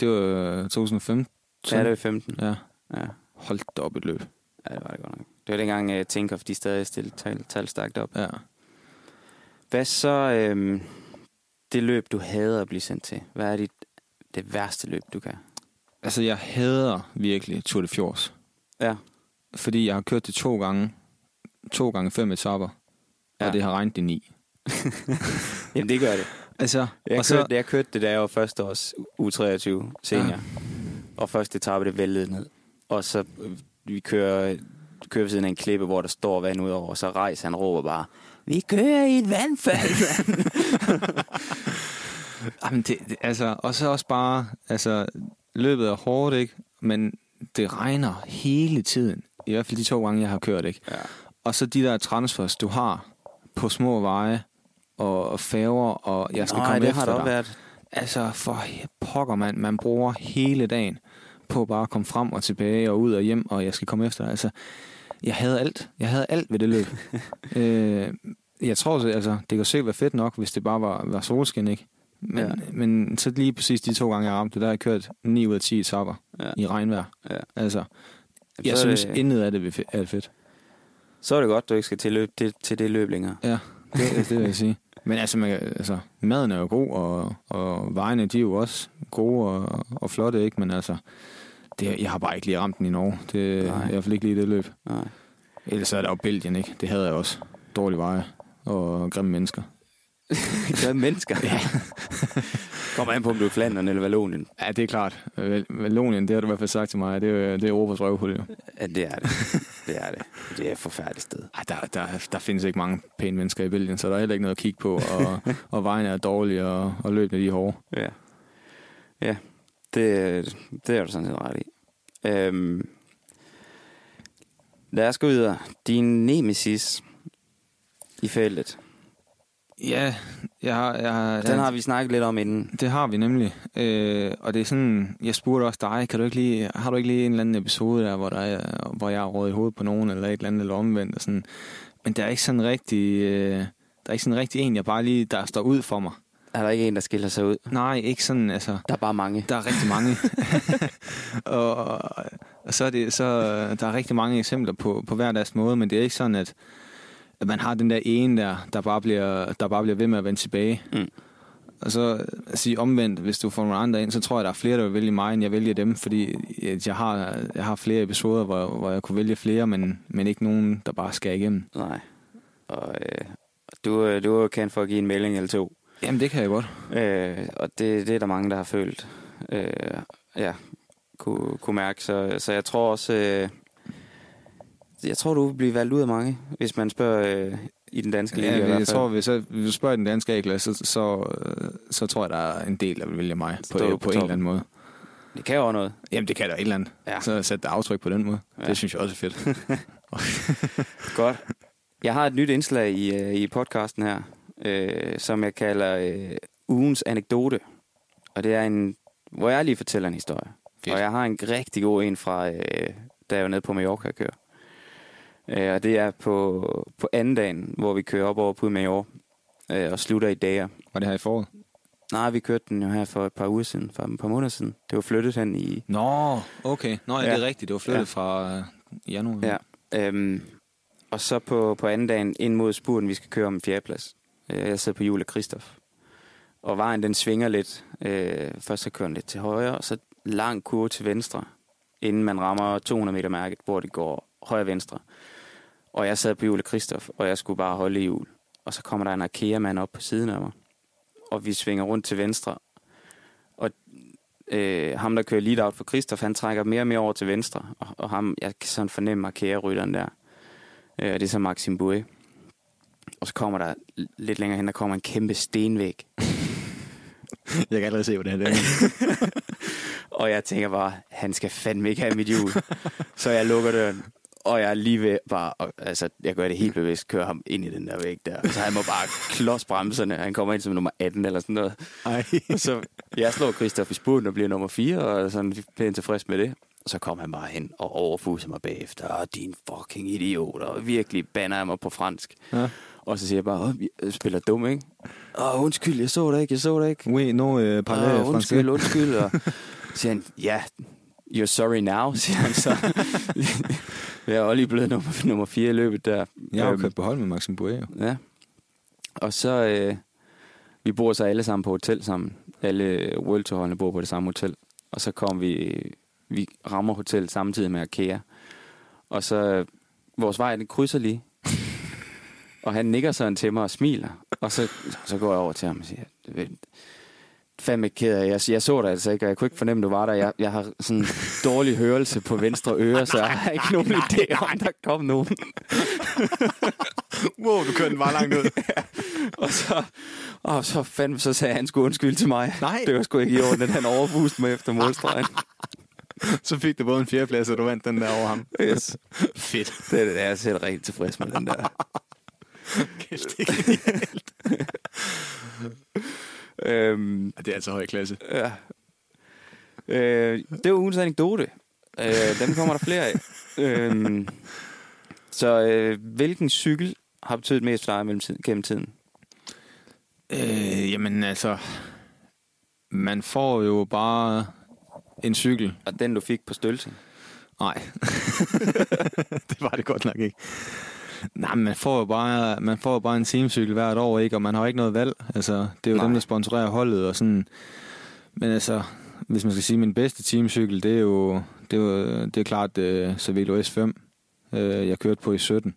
[SPEAKER 3] Det var øh, 2015.
[SPEAKER 2] Ja, det var i 15.
[SPEAKER 3] ja.
[SPEAKER 2] Ja.
[SPEAKER 3] Hold da op et løb.
[SPEAKER 2] ja, det var det godt nok. Det var dengang, uh, Tinkoff, de stadig stillede tal, tal stærkt op.
[SPEAKER 3] Ja.
[SPEAKER 2] Hvad så øhm, det løb, du hader at blive sendt til? Hvad er dit, det værste løb, du kan?
[SPEAKER 3] Altså, jeg hader virkelig Tour de Fjords.
[SPEAKER 2] Ja.
[SPEAKER 3] Fordi jeg har kørt det to gange. To gange fem etapper. Ja.
[SPEAKER 2] Ja.
[SPEAKER 3] Og det har regnet det ni.
[SPEAKER 2] Jamen, det gør det.
[SPEAKER 3] Altså,
[SPEAKER 2] Jeg,
[SPEAKER 3] og
[SPEAKER 2] så...
[SPEAKER 3] så,
[SPEAKER 2] kørte, jeg kørte det, da jeg var første års U23 senior. Ja. Og første etape, det væltede ned. Og så øh, vi kører, kører ved siden af en klippe, hvor der står vand ud over, og så rejser han og råber bare, vi kører i et (laughs) vandfald.
[SPEAKER 3] Jamen det, det, altså, og så også bare, altså, løbet er hårdt, ikke? Men det regner hele tiden. I hvert fald de to gange, jeg har kørt, ikke? Ja. Og så de der transfers, du har på små veje og, og færger, og jeg skal
[SPEAKER 2] Nå,
[SPEAKER 3] komme
[SPEAKER 2] det
[SPEAKER 3] efter
[SPEAKER 2] har der også
[SPEAKER 3] dig.
[SPEAKER 2] været.
[SPEAKER 3] Altså, for pokker, man. Man bruger hele dagen på bare at komme frem og tilbage og ud og hjem, og jeg skal komme efter dig. Altså, jeg havde alt. Jeg havde alt ved det løb. øh, jeg tror, så, altså, det kunne sikkert være fedt nok, hvis det bare var, var solskin, ikke? Men, ja.
[SPEAKER 2] Ja.
[SPEAKER 3] men så lige præcis de to gange, jeg ramte, der har jeg kørt 9 ud af 10 etapper
[SPEAKER 2] Ja.
[SPEAKER 3] ja. i regnvejr.
[SPEAKER 2] Ja.
[SPEAKER 3] Altså, jeg
[SPEAKER 2] så er
[SPEAKER 3] synes, det... intet af det er fedt.
[SPEAKER 2] Så er det godt, du ikke skal til, løb, det, til det løb længere.
[SPEAKER 3] Ja, det, det vil jeg sige. Men altså, man, kan- altså, maden er jo god, og, og vejene de er jo også gode og, og flotte, ikke? Men altså, det, jeg har bare ikke lige ramt den i Norge. Det, jeg
[SPEAKER 2] Nej.
[SPEAKER 3] har i hvert fald ikke lige det løb.
[SPEAKER 2] Nej. (laughs)
[SPEAKER 3] Ellers er der jo Belgien, ikke? Det havde jeg også. Dårlige veje og grimme mennesker.
[SPEAKER 2] Hvad mennesker? ja. (laughs) Kommer an på, om du er Flandern eller Vallonien.
[SPEAKER 3] Ja, det er klart. Val- Vallonien, det har du i hvert fald sagt til mig, det er, det er Europas røvhul, jo.
[SPEAKER 2] Ja, det er det. Det er det. Det er et forfærdeligt sted.
[SPEAKER 3] Ej, der, der, der findes ikke mange pæne mennesker i Belgien, så der er heller ikke noget at kigge på, (laughs) og, og vejene er dårlige, og, og løbene de er hårde.
[SPEAKER 2] Ja. Ja, det, det er du sådan set ret i. Øhm, lad os gå videre. Din nemesis i feltet.
[SPEAKER 3] Ja, jeg har... Jeg har
[SPEAKER 2] Den har vi snakket lidt om inden.
[SPEAKER 3] Det har vi nemlig. Øh, og det er sådan, jeg spurgte også dig, kan du ikke lige, har du ikke lige en eller anden episode der, hvor, der er, hvor jeg har rådet i hovedet på nogen, eller et eller andet, eller omvendt, og sådan. Men der er ikke sådan rigtig, øh, der er ikke sådan rigtig en, jeg bare lige, der står ud for mig.
[SPEAKER 2] Er der ikke en, der skiller sig ud?
[SPEAKER 3] Nej, ikke sådan, altså,
[SPEAKER 2] Der er bare mange.
[SPEAKER 3] der er rigtig mange. og, og, så er det, så, øh, der er rigtig mange eksempler på, på hver deres måde, men det er ikke sådan, at, at man har den der ene der, der bare bliver, der bare bliver ved med at vende tilbage.
[SPEAKER 2] Mm.
[SPEAKER 3] Og så at sige omvendt, hvis du får nogle andre ind, så tror jeg, der er flere, der vil vælge mig, end jeg vælger dem, fordi at jeg har, jeg har flere episoder, hvor, hvor jeg kunne vælge flere, men, men ikke nogen, der bare skal igennem.
[SPEAKER 2] Nej. Og øh, du, øh, du er jo kendt for at give en melding eller to.
[SPEAKER 3] Jamen, det kan jeg godt.
[SPEAKER 2] Øh, og det, det er der mange, der har følt. Øh, ja, kunne, kunne mærke. Så, så jeg tror også... Øh, jeg tror, du vil blive valgt ud af mange, hvis man spørger øh, i den danske liga. i
[SPEAKER 3] Ja,
[SPEAKER 2] hvert
[SPEAKER 3] jeg
[SPEAKER 2] fald.
[SPEAKER 3] tror, hvis, så, hvis du spørger den danske A-klasse, så, så, øh, så tror jeg, der er en del, der vil vælge mig på,
[SPEAKER 2] Står du
[SPEAKER 3] på,
[SPEAKER 2] på
[SPEAKER 3] på en
[SPEAKER 2] toppen?
[SPEAKER 3] eller anden måde.
[SPEAKER 2] Det kan jo også noget.
[SPEAKER 3] Jamen, det kan der et eller andet.
[SPEAKER 2] Ja.
[SPEAKER 3] Ja. Så sæt der aftryk på den måde. Ja.
[SPEAKER 2] Ja.
[SPEAKER 3] Det synes jeg også er (laughs) fedt.
[SPEAKER 2] Godt. Jeg har et nyt indslag i, øh, i podcasten her, øh, som jeg kalder øh, ugens anekdote. Og det er en, hvor jeg lige fortæller en historie.
[SPEAKER 3] Fedt.
[SPEAKER 2] Og jeg har en rigtig god en fra, øh, da jeg var nede på Mallorca og køre. Øh, og det er på, på anden dagen, hvor vi kører op over på Mallorca øh, og slutter i dager.
[SPEAKER 3] Var det her i foråret?
[SPEAKER 2] Nej, vi kørte den jo her for et par uger siden, for et par måneder siden. Det var flyttet hen i...
[SPEAKER 3] Nå, okay. Nå, ja,
[SPEAKER 2] Ja.
[SPEAKER 3] det er rigtigt. Det var flyttet
[SPEAKER 2] Ja.
[SPEAKER 3] ja. fra øh, januar.
[SPEAKER 2] Ja. Øhm, og så på, på anden dagen ind mod spuren, vi skal køre om en fjerdeplads. Øh, jeg sidder på hjul af Kristoff. Og vejen den svinger lidt. Øh, først så kører den lidt til højre, og så lang kurve til venstre, inden man rammer 200 meter mærket, hvor det går højre-venstre. Og jeg sad på hjul af Kristoff, og jeg skulle bare holde i hjul. Og så kommer der en Arkea-mand op på siden af mig, og vi svinger rundt til venstre. Og øh, ham, der kører lead out for Kristoff, han trækker mere og mere over til venstre. Og, og ham, jeg kan sådan fornemme Arkea-rytteren der. Øh, det er så Maxim Bue. Og så kommer der lidt længere hen, der kommer en kæmpe stenvæg.
[SPEAKER 3] Jeg kan allerede se, hvordan (laughs) det er.
[SPEAKER 2] Og jeg tænker bare, han skal fandme ikke have mit hjul. så jeg lukker døren, og jeg er lige ved bare, og, altså jeg gør det helt bevidst, kører ham ind i den der væg der. Så han må bare klods bremserne, han kommer ind som nummer 18 eller sådan noget.
[SPEAKER 3] Ej.
[SPEAKER 2] Og så jeg slår Christoph i spurten og bliver nummer 4, og sådan pænt tilfreds med det. Og så kom han bare hen og overfuser mig bagefter. Og din fucking idiot, og virkelig banner jeg mig på fransk. Ja. Og så siger jeg bare, "Åh, jeg spiller dum, ikke? Åh, undskyld,
[SPEAKER 3] Mm.
[SPEAKER 2] jeg så dig ikke, jeg så dig ikke.
[SPEAKER 3] Oui, no, øh, parallel
[SPEAKER 2] Åh,
[SPEAKER 3] fransk.
[SPEAKER 2] undskyld, undskyld. Og så siger han, ja, You're sorry now, siger han så. (laughs) jeg er jo lige blevet nummer, nummer fire i løbet der.
[SPEAKER 3] Jeg har jo
[SPEAKER 2] Øhm,
[SPEAKER 3] kørt på hold med Maxim Bue, jo.
[SPEAKER 2] Ja. Og så, øh, vi bor så alle sammen på hotel sammen. Alle World Tour-holdene bor på det samme hotel. Og så kom vi, vi rammer hotellet samtidig med Akea. Og så, øh, vores vej, den krydser lige. og han nikker sådan til mig og smiler. Og så, så går jeg over til ham og siger, "Vent, fandme ked af. Jeg, jeg så dig altså ikke, og jeg kunne ikke fornemme, du var der. Jeg, jeg har sådan dårlig hørelse på venstre øre, så jeg har ikke nogen idé om, der kom nogen.
[SPEAKER 6] Wow, du kørte den bare langt ud.
[SPEAKER 2] Og så, og så, fandme, så sagde han sgu undskyld til mig. Nej. Det var sgu ikke i orden, at han overfuste mig efter målstregen.
[SPEAKER 6] Så fik du både en fjerdeplads, og du vandt den der over ham.
[SPEAKER 2] (laughs) yes.
[SPEAKER 6] Fedt.
[SPEAKER 2] Det, det er jeg selv rigtig tilfreds med, den der.
[SPEAKER 6] Kæft, det er genialt.
[SPEAKER 2] øhm,
[SPEAKER 6] Ja, Det er altså høj klasse.
[SPEAKER 2] ja. øh, det var ugens anekdote. Øh, dem kommer der flere af. øhm, så øh, hvilken cykel har betydet mest for dig mellem tiden, gennem tiden?
[SPEAKER 3] Øh, jamen altså, man får jo bare en cykel.
[SPEAKER 2] Og den, du fik på stølse?
[SPEAKER 3] Nej,
[SPEAKER 6] (laughs) Det var det godt nok ikke.
[SPEAKER 3] Nej, men man får jo bare, man får jo bare en teamcykel hvert år, ikke? og man har jo ikke noget valg. Altså, det er jo Nej. dem, der sponsorerer holdet. Og sådan. Men altså, hvis man skal sige, min bedste teamcykel, det er jo, det er, jo, det er klart uh, Cervelo S5, uh, jeg kørte på i 17.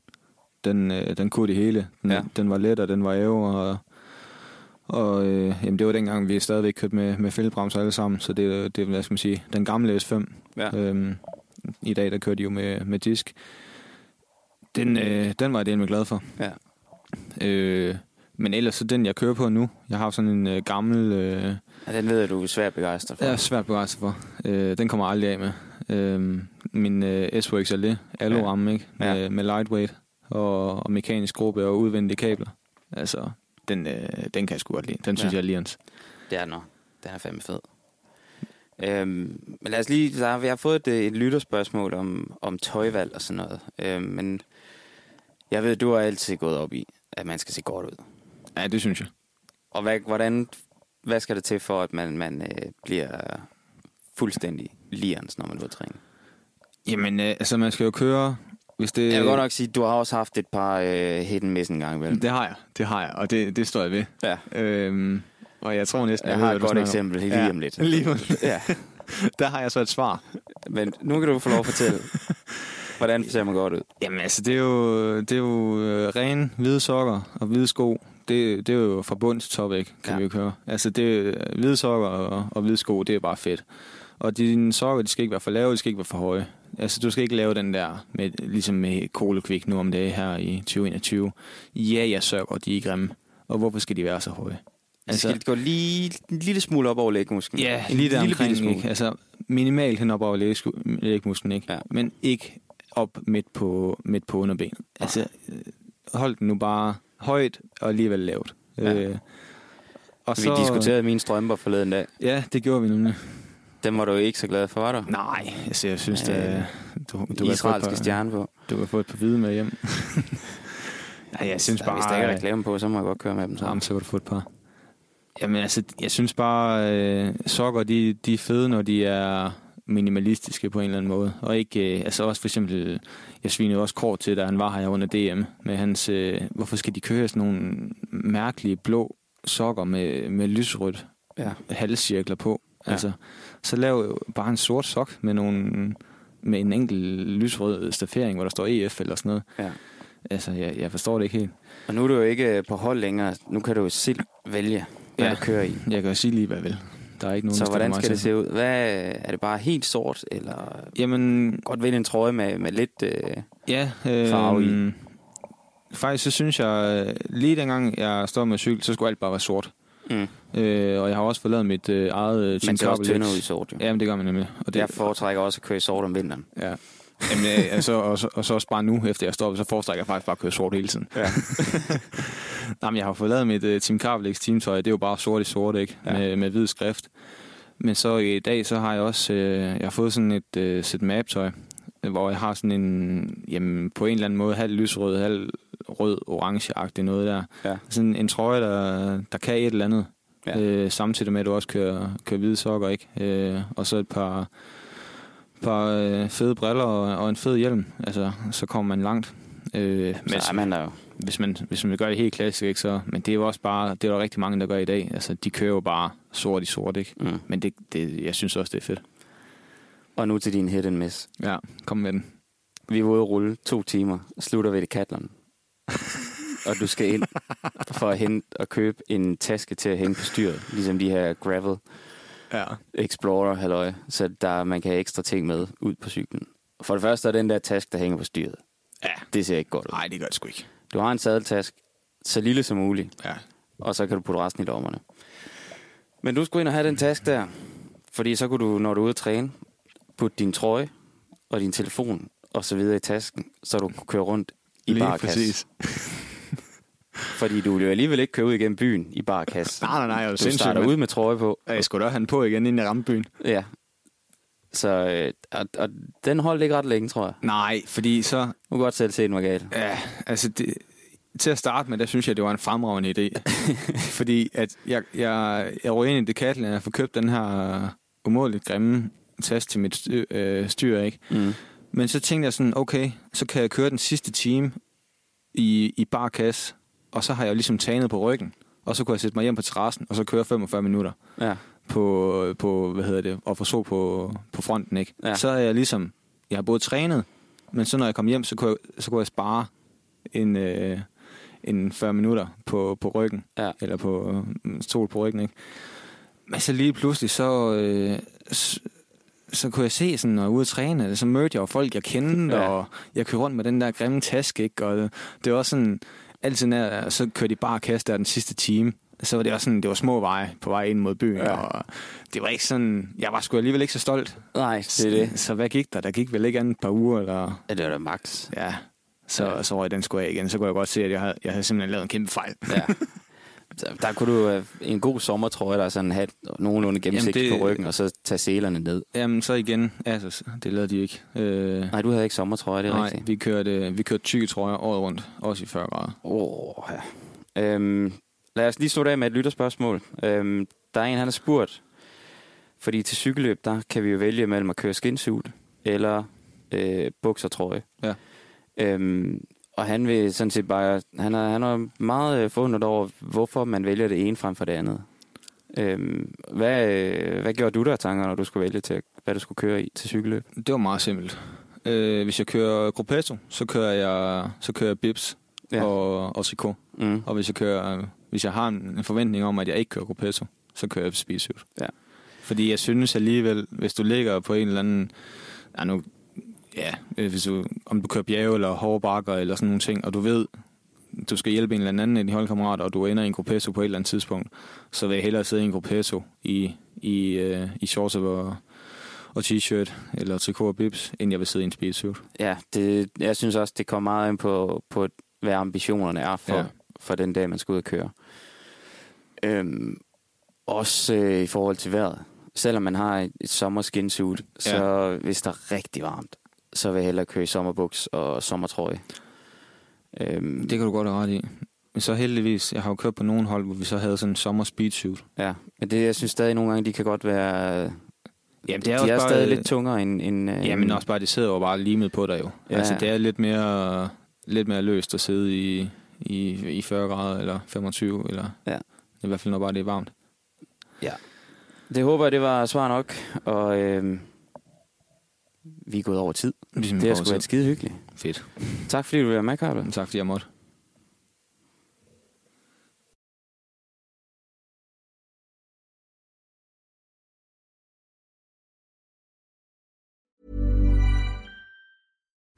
[SPEAKER 3] Den, uh, den kunne det hele. Den,
[SPEAKER 2] Ja.
[SPEAKER 3] ja. den var let, og den var æv, og, og øh, jamen, det var dengang, vi stadigvæk kørte med, med fældebremser alle sammen, så det, er- det er, hvad skal man sige, den gamle S5.
[SPEAKER 2] Ja.
[SPEAKER 3] Øhm, I dag, der kører de jo med, med disk. Den, øh, den var jeg delt glad for.
[SPEAKER 2] Ja.
[SPEAKER 3] Øh, men ellers så den, jeg kører på nu. Jeg har sådan en øh, gammel, øh,
[SPEAKER 2] Og den ved jeg, du er svært begejstret for.
[SPEAKER 3] jeg er svært begejstret for. Øh, den kommer jeg aldrig af med. Øh, min øh, S-Works LE, aluramme, ikke?
[SPEAKER 2] Ja.
[SPEAKER 3] Med, med lightweight og, og mekanisk gruppe og udvendige kabler. Altså, den, øh, den kan jeg sgu godt lide. Den synes
[SPEAKER 2] Ja.
[SPEAKER 3] ja. jeg er lirens.
[SPEAKER 2] Det er den også. Den er fandme fed. Øhm, men lad os lige, der, er- jeg har fået et, øh, et lytterspørgsmål om, om tøjvalg og sådan noget. Øhm, men jeg ved, du har altid gået op i, at man skal se godt ud.
[SPEAKER 3] Ja, det synes jeg.
[SPEAKER 2] Og hvad, hvordan, hvad skal det til for, at man, man øh, bliver fuldstændig lirens, når man er ude at træne?
[SPEAKER 3] Jamen, øh, altså man skal jo køre, hvis det...
[SPEAKER 2] Jeg vil godt nok sige, at du har også haft et par øh, hit and miss en gang imellem.
[SPEAKER 3] Det har jeg, det har jeg, og det, det står jeg ved.
[SPEAKER 2] Ja.
[SPEAKER 3] Øhm, og jeg tror næsten,
[SPEAKER 2] Jeg
[SPEAKER 3] jeg,
[SPEAKER 2] har
[SPEAKER 3] ved,
[SPEAKER 2] et
[SPEAKER 3] hvad du
[SPEAKER 2] godt
[SPEAKER 3] snakker om.
[SPEAKER 2] eksempel lige om lidt.
[SPEAKER 3] Lige om
[SPEAKER 2] (laughs)
[SPEAKER 3] lidt.
[SPEAKER 2] Ja,
[SPEAKER 3] (laughs) Der har jeg så et svar.
[SPEAKER 2] men nu kan du få lov at (laughs) fortælle, hvordan ser man godt ud?
[SPEAKER 3] Jamen altså, det er jo, det er jo øh, rene hvide sokker og hvide sko. Det, det er jo fra bund til top, ikke? Kan
[SPEAKER 2] Ja.
[SPEAKER 3] ja. vi jo køre. Altså, det er, hvide sokker og, og hvide sko, det er bare fedt. Og dine sokker, de skal ikke være for lave, de skal ikke være for høje. Altså, du skal ikke lave den der, med, ligesom med kolekvik nu om dagen her i 2021. Ja, jeg sørger godt, de er grimme. Og hvorfor skal de være så høje?
[SPEAKER 2] Altså, skal det gå lige en lille smule op over lægmusklen?
[SPEAKER 3] Ja,
[SPEAKER 2] en
[SPEAKER 3] lige der
[SPEAKER 2] lille bitte
[SPEAKER 3] omkring,
[SPEAKER 2] smule.
[SPEAKER 3] ikke? Altså, minimalt hen op over lægsku- lægmusklen, ikke?
[SPEAKER 2] Ja.
[SPEAKER 3] Men ikke op midt på, midt på underbenet. Altså, øh, hold den nu bare højt og alligevel lavt.
[SPEAKER 2] Ja.
[SPEAKER 3] Øh, og
[SPEAKER 2] Vi diskuterede mine strømper forleden dag.
[SPEAKER 3] Ja, det gjorde vi nemlig.
[SPEAKER 2] Dem var du ikke så glad for, var du?
[SPEAKER 3] Nej, altså, jeg synes,
[SPEAKER 2] Øh,
[SPEAKER 3] det, du, du,
[SPEAKER 2] Du
[SPEAKER 3] kan få et
[SPEAKER 2] Israelske
[SPEAKER 3] par,
[SPEAKER 2] stjerne på.
[SPEAKER 3] du kan få et par hvide med hjem. ja, jeg synes
[SPEAKER 2] Hvis der
[SPEAKER 3] bare... øh,
[SPEAKER 2] ikke er reklame på, så må jeg godt køre med dem. Så.
[SPEAKER 3] Jamen, så kan du få et par. Jamen altså, jeg synes bare, øh, sokker, de, de er fede, når de er minimalistiske på en eller anden måde. Og ikke, øh, altså også for eksempel, jeg svinede også kort til, da han var her under DM, med hans, øh, hvorfor skal de køre sådan nogle mærkelige blå sokker med, med lysrødt
[SPEAKER 2] Ja.
[SPEAKER 3] halscirkler på?
[SPEAKER 2] Ja.
[SPEAKER 3] Altså, så lav jo bare en sort sok med nogle med en enkelt lysrød staffering, hvor der står EF eller sådan noget.
[SPEAKER 2] Ja.
[SPEAKER 3] Altså, jeg, jeg forstår det ikke helt.
[SPEAKER 2] Og nu er du jo ikke øh, på hold længere. Nu kan du jo selv vælge, hvad
[SPEAKER 3] Ja.
[SPEAKER 2] du kører i.
[SPEAKER 3] Jeg kan jo sige lige, hvad jeg vil. Der er ikke nogen,
[SPEAKER 2] Så
[SPEAKER 3] der stopper
[SPEAKER 2] hvordan
[SPEAKER 3] mig
[SPEAKER 2] skal
[SPEAKER 3] til.
[SPEAKER 2] det se ud? Hvad, er det bare helt sort, eller
[SPEAKER 3] Jamen,
[SPEAKER 2] godt vælge en trøje med, med lidt... Øh...
[SPEAKER 3] ja. Øh,
[SPEAKER 2] Farve i.
[SPEAKER 3] Faktisk, så synes jeg, øh, lige dengang jeg stod med cykel, så skulle alt bare være sort.
[SPEAKER 2] Mm.
[SPEAKER 3] Øh, og jeg har også forladet mit øh, eget... Øh,
[SPEAKER 2] Man
[SPEAKER 3] Team
[SPEAKER 2] ser også
[SPEAKER 3] Carbalex.
[SPEAKER 2] tyndere ud i sort, jo.
[SPEAKER 3] Jamen, det gør man nemlig. Og
[SPEAKER 2] Jeg foretrækker også at køre i sort om vinteren.
[SPEAKER 3] Ja. Jamen, øh, altså, og, så, og så også bare nu, efter jeg stopper, så foretrækker jeg faktisk bare at køre sort hele tiden. (laughs) Ja. Nej, men jeg har jo fået lavet mit uh, Team Carvelix teamtøj, det er jo bare sort i sort, ikke? Ja. Med, med hvid skrift. Men så i dag, så har jeg også, øh, jeg har fået sådan et øh, sæt map-tøj, hvor jeg har sådan en, jamen på en eller anden måde, halv lysrød, halv rød, orange-agtig noget der.
[SPEAKER 2] Ja.
[SPEAKER 3] Sådan en trøje, der, der kan et eller andet.
[SPEAKER 2] Ja.
[SPEAKER 3] Ja. Øh, samtidig med, at du også kører, kører hvide sokker, ikke? Øh, og så et par par øh, fede briller og, og en fed hjelm, altså, så kommer man langt. Øh, men
[SPEAKER 2] Så er man der jo.
[SPEAKER 3] hvis man, hvis man gør det helt klassisk, ikke, så, men det er jo også bare, det er der rigtig mange, der gør i dag. Altså, de kører jo bare sort i sort, ikke?
[SPEAKER 2] Mm.
[SPEAKER 3] Men det, det, jeg synes også, det er fedt.
[SPEAKER 2] Og nu til din hit and miss.
[SPEAKER 3] Ja, kom med den.
[SPEAKER 2] Vi var ude at rulle to timer, slutter ved det katleren. og du skal ind for at hente og købe en taske til at hænge på styret, ligesom de her gravel
[SPEAKER 6] Ja.
[SPEAKER 2] Explorer, halløj, så der, man kan have ekstra ting med ud på cyklen. For det første er den der task, der hænger på styret. Ja. Det ser ikke godt ud.
[SPEAKER 6] Nej, det gør det sgu ikke.
[SPEAKER 2] Du har en sadeltask, så lille som muligt,
[SPEAKER 6] Ja.
[SPEAKER 2] og så kan du putte resten i lommerne. Men du skulle ind og have den task der, fordi så kunne du, når du er ude at træne, putte din trøje og din telefon og så videre i tasken, så du kunne køre rundt i
[SPEAKER 6] Lige
[SPEAKER 2] barkas.
[SPEAKER 6] præcis.
[SPEAKER 2] Fordi du ville jo alligevel ikke køre ud igennem byen i barkas.
[SPEAKER 6] Nej, nej, nej, det er jo
[SPEAKER 2] Du
[SPEAKER 6] sindssygt,
[SPEAKER 2] starter
[SPEAKER 6] mand.
[SPEAKER 2] ud med trøje på,
[SPEAKER 6] Ja, Jeg skulle da have den på igen, inden jeg ramte byen.
[SPEAKER 2] Ja. Så øh, og, og den holdt ikke ret længe, tror jeg.
[SPEAKER 3] Nej, fordi så,
[SPEAKER 2] Du kan godt selv se, den var galt.
[SPEAKER 3] Ja, altså det, til at starte med, der synes jeg, det var en fremragende idé. (laughs) Fordi at jeg, jeg, jeg røg ind i Decathlon, og jeg får købt den her øh, umådeligt grimme taske til mit styr, øh, styr ikke? Mm. Men så tænkte jeg sådan, okay, så kan jeg køre den sidste time i, i bar kasse, og så har jeg jo ligesom tanet på ryggen, og så kunne jeg sætte mig hjem på terrassen, og så køre 45 minutter
[SPEAKER 2] Ja.
[SPEAKER 3] på, på hvad hedder det, og få sol på, på fronten, ikke?
[SPEAKER 2] Ja.
[SPEAKER 3] Ja. Så er jeg ligesom, jeg har både trænet, men så når jeg kom hjem, så kunne jeg, så kunne jeg spare en, øh, en 40 minutter på, på ryggen,
[SPEAKER 2] Ja.
[SPEAKER 3] eller på øh, stol på ryggen, ikke? Men så lige pludselig, så, øh, så, så kunne jeg se sådan, når jeg var ude at træne, så mødte jeg jo folk, jeg kendte,
[SPEAKER 2] Ja.
[SPEAKER 3] ja. og jeg kørte rundt med den der grimme taske, ikke? Og det, det var sådan, altid når og så kørte de bare kast der den sidste time, så var det også sådan, det var små veje på vej ind mod byen, ja. og det var ikke sådan, jeg var sgu alligevel ikke så stolt.
[SPEAKER 2] Nej, det er det.
[SPEAKER 3] Så hvad gik der? Der gik vel ikke andet et par uger, eller...
[SPEAKER 2] Ja, det var da max.
[SPEAKER 3] Ja, så, ja. så røg den sgu af igen. Så kunne jeg godt se, at jeg havde, jeg havde simpelthen lavet en kæmpe fejl.
[SPEAKER 2] Ja. Så Der kunne du øh, en god sommertrøje, der er sådan hat nogenlunde gennemsigtig
[SPEAKER 3] Jamen,
[SPEAKER 2] det...
[SPEAKER 3] det-
[SPEAKER 2] på ryggen, og så tage selerne ned.
[SPEAKER 3] (laughs) Jamen, så igen, Asos, det lavede de ikke. Øh,
[SPEAKER 2] Nej, du havde ikke sommertrøje, det er
[SPEAKER 3] nej,
[SPEAKER 2] rigtigt.
[SPEAKER 3] vi kørte, øh, vi kørte tykke trøjer året rundt, også i 40 grader.
[SPEAKER 2] Oh, ja. øhm, lad os lige slutte af med et lytterspørgsmål. Øhm, der er en, han har spurgt, fordi til cykelløb, der kan vi jo vælge mellem at køre skinsuit eller øh, buksertrøje.
[SPEAKER 3] Ja.
[SPEAKER 2] Øhm, og han vil sådan set bare, han er, han er meget øh, forundret over, hvorfor man vælger det ene frem for det andet. Øhm, hvad, øh, hvad gjorde du der af tanker, når du skulle vælge til, hvad du skulle køre i til cykelløb?
[SPEAKER 3] Det var meget simpelt. Øh, hvis jeg kører gruppetto, så kører jeg, så kører jeg bips
[SPEAKER 2] Ja.
[SPEAKER 3] ja. og, og trikot.
[SPEAKER 2] Mm.
[SPEAKER 3] Og hvis jeg, kører, hvis jeg har en en forventning om, at jeg ikke kører gruppetto, så kører jeg speedsuit.
[SPEAKER 2] Ja.
[SPEAKER 3] Fordi jeg synes alligevel, hvis du ligger på en eller anden... Ja, nu, ja øh, hvis du, om du kører bjerge eller hårde bakker eller sådan nogle ting, og du ved, du skal hjælpe en eller anden af dine holdkammerater, og du ender i en gruppetto på et eller andet tidspunkt, så vil jeg hellere sidde i en gruppetto i, i, øh, i shorts og, og t-shirt eller trikot og bips, end jeg vil sidde i en speedsuit.
[SPEAKER 2] Ja, det, jeg synes også, det kommer meget ind på, på hvad ambitionerne er for, ja.
[SPEAKER 3] Ja.
[SPEAKER 2] for den dag, man skal ud og køre. Øhm, også øh, i forhold til vejret. Selvom man har et, et sommerskinsuit, ja. så hvis der er rigtig varmt, så vil jeg hellere køre i sommerbuks og sommertrøje. Øhm,
[SPEAKER 3] Det kan du godt have ret i. Men så heldigvis, jeg har jo kørt på nogle hold, hvor vi så havde sådan en sommer speedsuit.
[SPEAKER 2] ja. Men det, jeg synes stadig nogle gange, de kan godt være...
[SPEAKER 3] Jamen,
[SPEAKER 2] de er stadig lidt tungere end... end øh,
[SPEAKER 3] øh, Jamen også bare, det sidder jo bare limet på dig jo.
[SPEAKER 2] Ja.
[SPEAKER 3] Ja. Altså det er lidt mere, lidt mere løst at sidde i, i, i 40 grader eller 25, eller
[SPEAKER 2] Ja.
[SPEAKER 3] i hvert fald når bare det er varmt.
[SPEAKER 2] Det håber jeg, det var svar nok. Og øhm, vi er gået over tid.
[SPEAKER 3] Ligesom
[SPEAKER 2] Det har sgu været skide hyggeligt.
[SPEAKER 3] fedt.
[SPEAKER 2] Tak fordi du vil være med, Carlo.
[SPEAKER 3] Tak fordi jeg måtte.